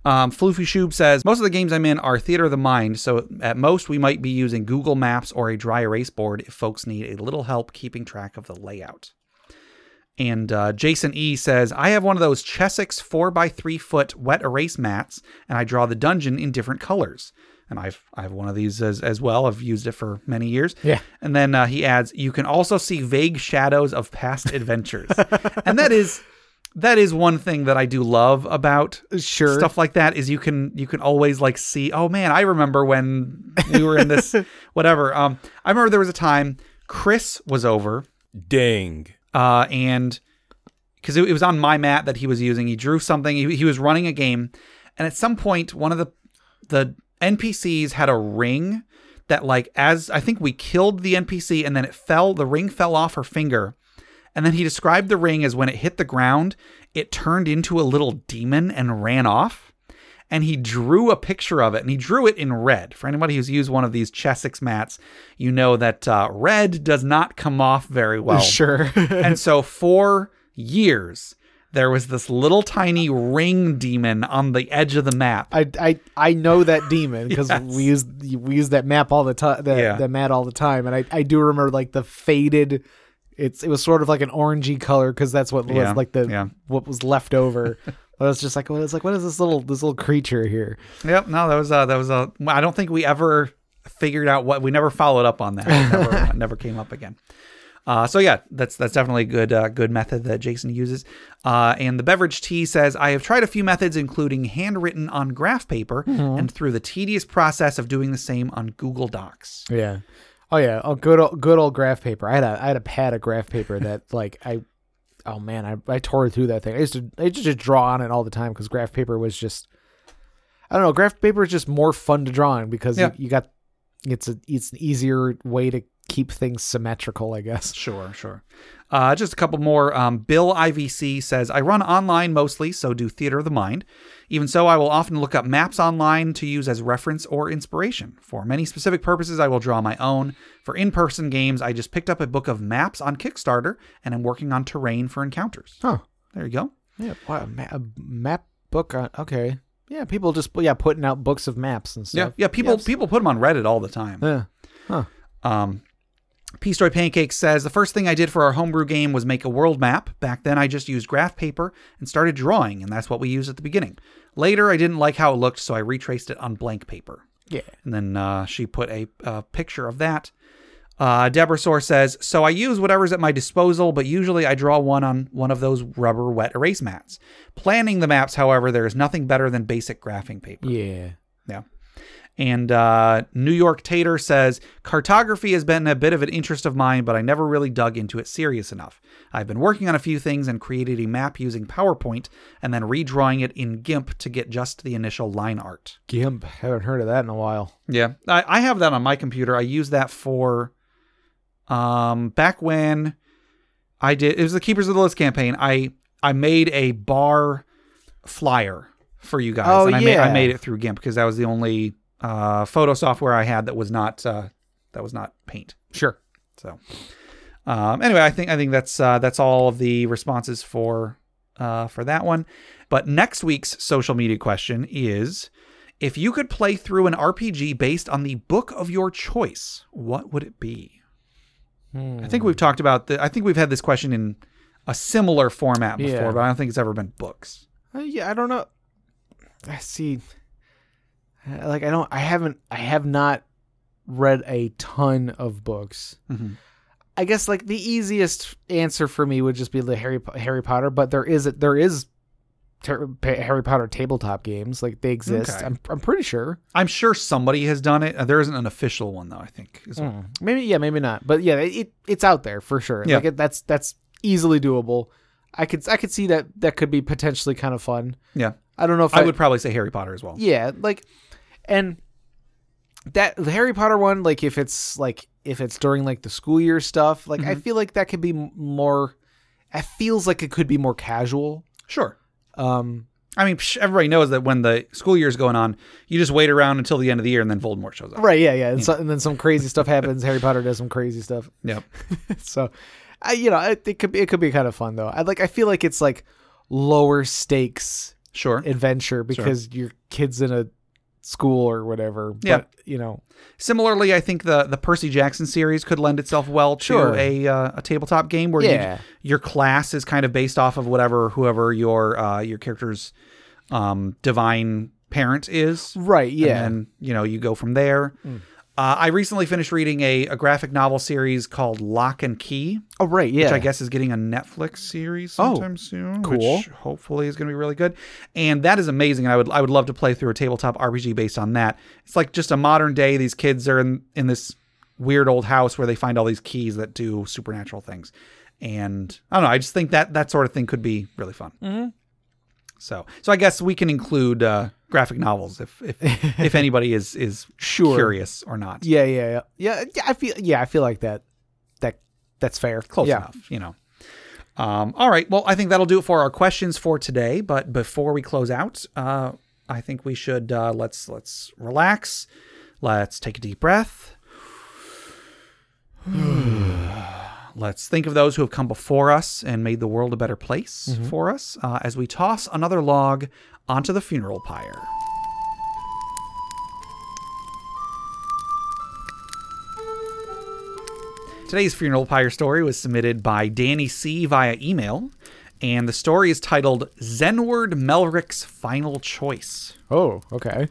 S1: Um, Floofy Shoob says most of the games I'm in are theater of the mind, so at most we might be using Google Maps or a dry erase board if folks need a little help keeping track of the layout. And uh, Jason E says I have one of those Chessex four by three foot wet erase mats, and I draw the dungeon in different colors. And I've I have one of these as, as well. I've used it for many years.
S2: Yeah.
S1: And then uh, he adds, you can also see vague shadows of past adventures, and that is that is one thing that I do love about
S2: Sure.
S1: stuff like that is you can you can always like see oh man i remember when we were in this whatever um i remember there was a time chris was over
S3: Dang.
S1: uh and because it, it was on my mat that he was using he drew something he, he was running a game and at some point one of the the npcs had a ring that like as i think we killed the npc and then it fell the ring fell off her finger and then he described the ring as when it hit the ground, it turned into a little demon and ran off. And he drew a picture of it, and he drew it in red. For anybody who's used one of these Chessex mats, you know that uh, red does not come off very well.
S2: Sure. *laughs*
S1: and so for years, there was this little tiny ring demon on the edge of the map.
S2: I, I I
S1: *laughs*
S2: know that demon because
S1: Yes.
S2: we use we use that map all the time that
S1: Yeah.
S2: that mat all the time and I, I do remember like the faded It's it was sort of like an orangey color because that's what was
S1: Yeah,
S2: like the
S1: yeah.
S2: what was
S1: *laughs*
S2: left over. but it's just like well, it's like what is this little this little creature here?
S1: Yep. No, that was uh, that was a. I don't think we ever figured out what we never followed up on that. It never, uh, never came up again. Uh, so yeah, that's that's definitely a good uh, good method that Jason uses. Uh, and the beverage tea says, I have tried a few methods, including handwritten on graph paper, and through the tedious process of doing the same on Google Docs.
S2: Yeah. Oh yeah. Oh good old good old graph paper. I had a I had a pad of graph paper that *laughs* like I oh man, I, I tore through that thing. I used to I used to just draw on it all the time because graph paper was just I don't know, graph paper is just more fun to draw on because
S1: Yeah.
S2: you, you got it's a it's an easier way to keep things symmetrical, I guess.
S1: Sure, sure. Uh, just a couple more. Um, Bill IVC says, I run online mostly, so do theater of the mind. Even so, I will often look up maps online to use as reference or inspiration. For many specific purposes, I will draw my own. For in person games, I just picked up a book of maps on Kickstarter and I'm working on terrain for encounters.
S2: Huh.
S1: There you go.
S2: Yeah. Wow, a, ma- a map book on okay. Yeah, people just yeah, putting out books of maps and
S1: Yeah,
S2: stuff.
S1: yeah. People
S2: Yes.
S1: people put them on Reddit all the time.
S2: Yeah.
S1: Um, Peastoy Pancake says the first thing I did for our homebrew game was make a world map. Back then, I just used graph paper and started drawing, and that's what we used at the beginning. Later, I didn't like how it looked, so I retraced it on blank paper.
S2: Yeah.
S1: And then uh, she put a uh, picture of that. Uh, Deborah Soar says, So I use whatever's at my disposal, but usually I draw one on one of those rubber wet erase mats. Planning the maps, however, there is nothing better than basic graphing paper.
S2: Yeah.
S1: And uh, New York Tater says cartography has been a bit of an interest of mine, but I never really dug into it serious enough. I've been working on a few things and created a map using PowerPoint and then redrawing it in GIMP to get just the initial line art.
S2: Gimp. Haven't heard of that in a while.
S1: Yeah, I, I have that on my computer. I use that for um, back when I did it was the Keepers of the List campaign. I I made a bar flyer for you guys,
S2: Oh,
S1: and I made I
S2: yeah.
S1: made it through GIMP because that was the only uh, photo software I had that was not uh, that was not Paint.
S2: Sure.
S1: So um, anyway, I think I think that's uh, that's all of the responses for uh, for that one. But next week's social media question is: If you could play through an RPG based on the book of your choice, what would it be?
S2: Hmm.
S1: I think we've talked about the. I think we've had this question in a similar format before,
S2: Yeah.
S1: but I don't think it's ever been books.
S2: Uh, yeah, I don't know. I see. I- Like I don't. I haven't. I have not read a ton of books.
S1: Mhm.
S2: I guess like the easiest answer for me would just be the Harry Po- Harry Potter, but there is a, there is ter- pa- Harry Potter tabletop games like they exist.
S1: Okay.
S2: I'm I'm pretty sure.
S1: I'm sure somebody has done it. Uh, There isn't an official one though. I think. is what-
S2: Maybe yeah, maybe not. But yeah, it, it it's out there for sure.
S1: Yeah.
S2: Like it, that's that's easily doable. I could I could see that that could be potentially kind of fun.
S1: Yeah,
S2: I don't know if
S1: I would probably say Harry Potter as well.
S2: yeah like and that the harry potter one like if it's like if it's during like the school year stuff like i feel like that could be m- more it feels like it could be more casual
S1: Sure.
S2: um
S1: I mean, psh, everybody knows that when the school year's going on, you just wait around until the end of the year and then Voldemort shows up.
S2: right yeah yeah and, so, and then some crazy stuff happens harry potter does some crazy stuff *laughs*
S1: Yep.
S2: so i you know it, it could be it could be kind of fun though i like i feel like it's like lower stakes
S1: Sure.
S2: adventure because your kids in a school or whatever
S1: Yeah.
S2: but you know
S1: Similarly, I think the the Percy Jackson series could lend itself well to
S2: Sure.
S1: a uh, a tabletop game where
S2: Yeah.
S1: you, your class is kind of based off of whatever whoever your uh, your character's um, divine parent is.
S2: right yeah
S1: And then, you know, you go from there. Uh, I recently finished reading a, a graphic novel series called Lock and Key,
S2: oh right yeah
S1: which I guess is getting a Netflix series
S2: Oh,
S1: sometime soon.
S2: cool.
S1: Which hopefully is going to be really good. And that is amazing. And I would I would love to play through a tabletop RPG based on that. It's like just a modern day. These kids are in in this weird old house where they find all these keys that do supernatural things. And I don't know. I just think that that sort of thing could be really fun.
S2: Mm-hmm.
S1: So so I guess we can include uh, graphic novels if if
S2: *laughs*
S1: if anybody is is
S2: Sure.
S1: curious or not.
S2: Yeah, yeah, yeah, yeah. yeah, I feel, yeah, I feel like that. That that's fair.
S1: close
S2: yeah.
S1: enough, you know. Um, all right. Well, I think that'll do it for our questions for today. But before we close out, uh, I think we should uh, let's let's relax. Let's take a deep breath. *sighs* let's think of those who have come before us and made the world a better place for us uh, as we toss another log onto the funeral pyre. Today's funeral pyre story was submitted by Danny C via email, and the story is titled Zenward Melric's Final Choice.
S2: Oh, okay.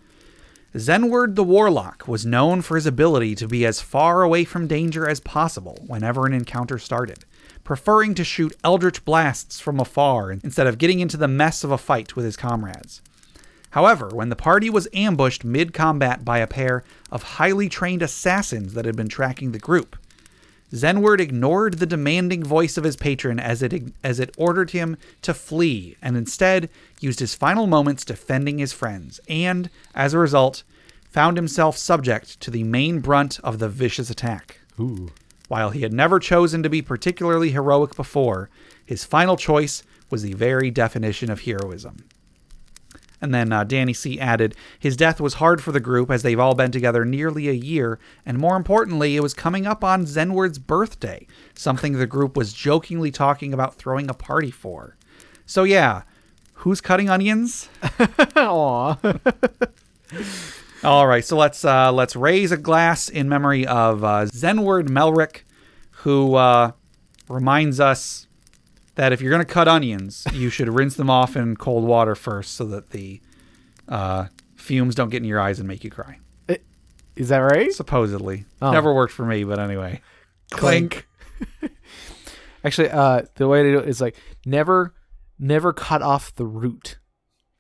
S1: Zenward the Warlock was known for his ability to be as far away from danger as possible whenever an encounter started, preferring to shoot eldritch blasts from afar instead of getting into the mess of a fight with his comrades. However, when the party was ambushed mid combat by a pair of highly trained assassins that had been tracking the group, Zenward ignored the demanding voice of his patron as it, as it ordered him to flee and instead used his final moments defending his friends, and, as a result, found himself subject to the main brunt of the vicious attack.
S2: Ooh.
S1: While he had never chosen to be particularly heroic before, his final choice was the very definition of heroism. And then uh, Danny C added, his death was hard for the group as they've all been together nearly a year, and more importantly, it was coming up on Zenward's birthday, something the group was jokingly talking about throwing a party for. So, yeah, who's cutting onions?
S2: *laughs* Aw.
S1: All right, so let's uh, let's raise a glass in memory of uh, Zenward Melrick, who uh, reminds us that if you're going to cut onions, you should rinse them off in cold water first, so that the uh, fumes don't get in your eyes and make you cry.
S2: Is that right?
S1: Supposedly,
S2: Oh.
S1: never worked for me, but anyway,
S2: Clink. Actually, uh, the way to do it is like never, never cut off the root.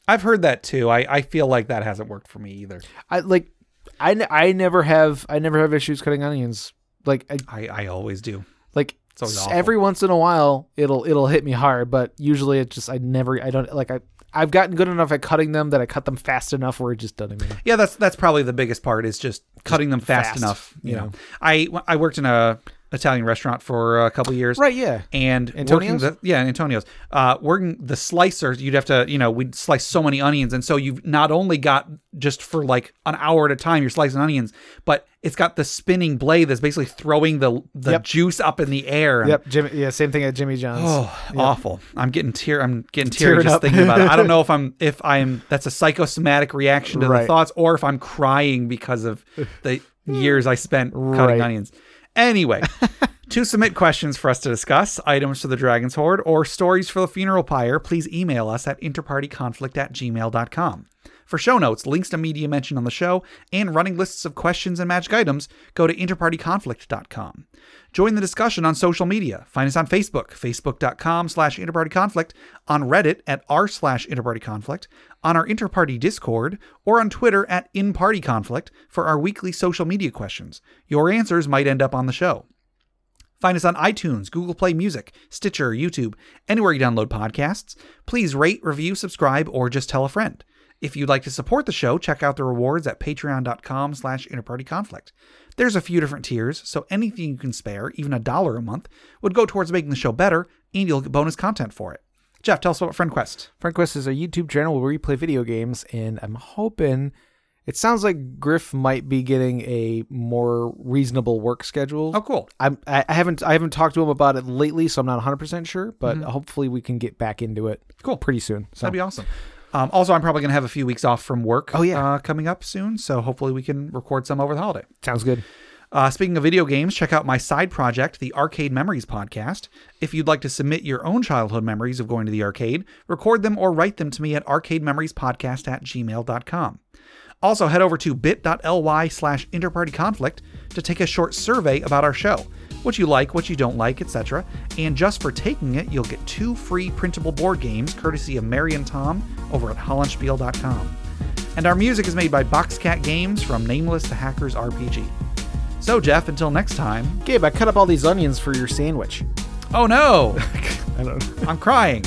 S1: I've heard that too. I, I feel like that hasn't worked for me either.
S2: I like, I, ne- I never have, I never have issues cutting onions. Like, I,
S1: I, I always do.
S2: like
S1: always
S2: s-
S1: awful.
S2: every once in a while, it'll, it'll hit me hard. But usually, it just, I never, I don't like, I, I've gotten good enough at cutting them that I cut them fast enough where it just doesn't. Even,
S1: Yeah, that's that's probably the biggest part is just cutting them fast,
S2: fast,
S1: enough. You
S2: yeah.
S1: know, I I worked in a Italian restaurant for a couple years,
S2: right? Yeah.
S1: And working
S2: Antonio's?
S1: the yeah, Antonio's. Uh, working the slicer, you'd have to you know we'd slice so many onions, and so you've not only got just for like an hour at a time you're slicing onions, but it's got the spinning blade that's basically throwing the the
S2: Yep.
S1: juice up in the air. and-
S2: Yep. Jimmy. Yeah. Same thing at Jimmy John's.
S1: Oh, awful! I'm getting tear. I'm getting teary
S2: Tearing
S1: just
S2: up.
S1: thinking about it. I don't
S2: *laughs*
S1: know if I'm if I'm that's a psychosomatic reaction to the
S2: Right.
S1: thoughts, or if I'm crying because of the years I spent cutting
S2: Right.
S1: onions. Anyway, to submit questions for us to discuss, items for the Dragon's Horde, or stories for the Funeral Pyre, please email us at interpartyconflict at gmail.com. For show notes, links to media mentioned on the show, and running lists of questions and magic items, go to interpartyconflict.com. Join the discussion on social media. Find us on Facebook, facebook.com slash interpartyconflict, on Reddit at r slash interpartyconflict, on our interparty Discord, or on Twitter at inpartyconflict for our weekly social media questions. Your answers might end up on the show. Find us on iTunes, Google Play Music, Stitcher, YouTube, anywhere you download podcasts. Please rate, review, subscribe, or just tell a friend. If you'd like to support the show, check out the rewards at patreon.com slash interpartyconflict. There's a few different tiers, so anything you can spare, even a dollar a month, would go towards making the show better, and you'll get bonus content for it. Jeff, tell us about FriendQuest.
S2: Frank Quest is a YouTube channel where we play video games, and I'm hoping it sounds like Griff might be getting a more reasonable work schedule.
S1: Oh, cool.
S2: I'm, I I haven't I haven't talked to him about it lately, so I'm not 100 percent sure, but hopefully we can get back into it.
S1: Mm-hmm. Cool.
S2: pretty soon. So
S1: That'd be awesome. Um, also, I'm probably going to have a few weeks off from work
S2: Oh, yeah.
S1: uh, coming up soon, so hopefully we can record some over the holiday.
S2: sounds good.
S1: Uh, speaking of video games, check out my side project, the Arcade Memories Podcast. If you'd like to submit your own childhood memories of going to the arcade, record them or write them to me at arcademoriespodcast at gmail.com. Also, head over to bit.ly slash interpartyconflict to take a short survey about our show, what you like, what you don't like, etc. And just for taking it, you'll get two free printable board games courtesy of Mary and Tom over at hollandspiel.com. And our music is made by Boxcat Games from Nameless the Hackers RPG. So, Jeff, until next time.
S2: Gabe, I cut up all these onions for your sandwich.
S1: Oh no,
S2: I don't.
S1: I'm crying.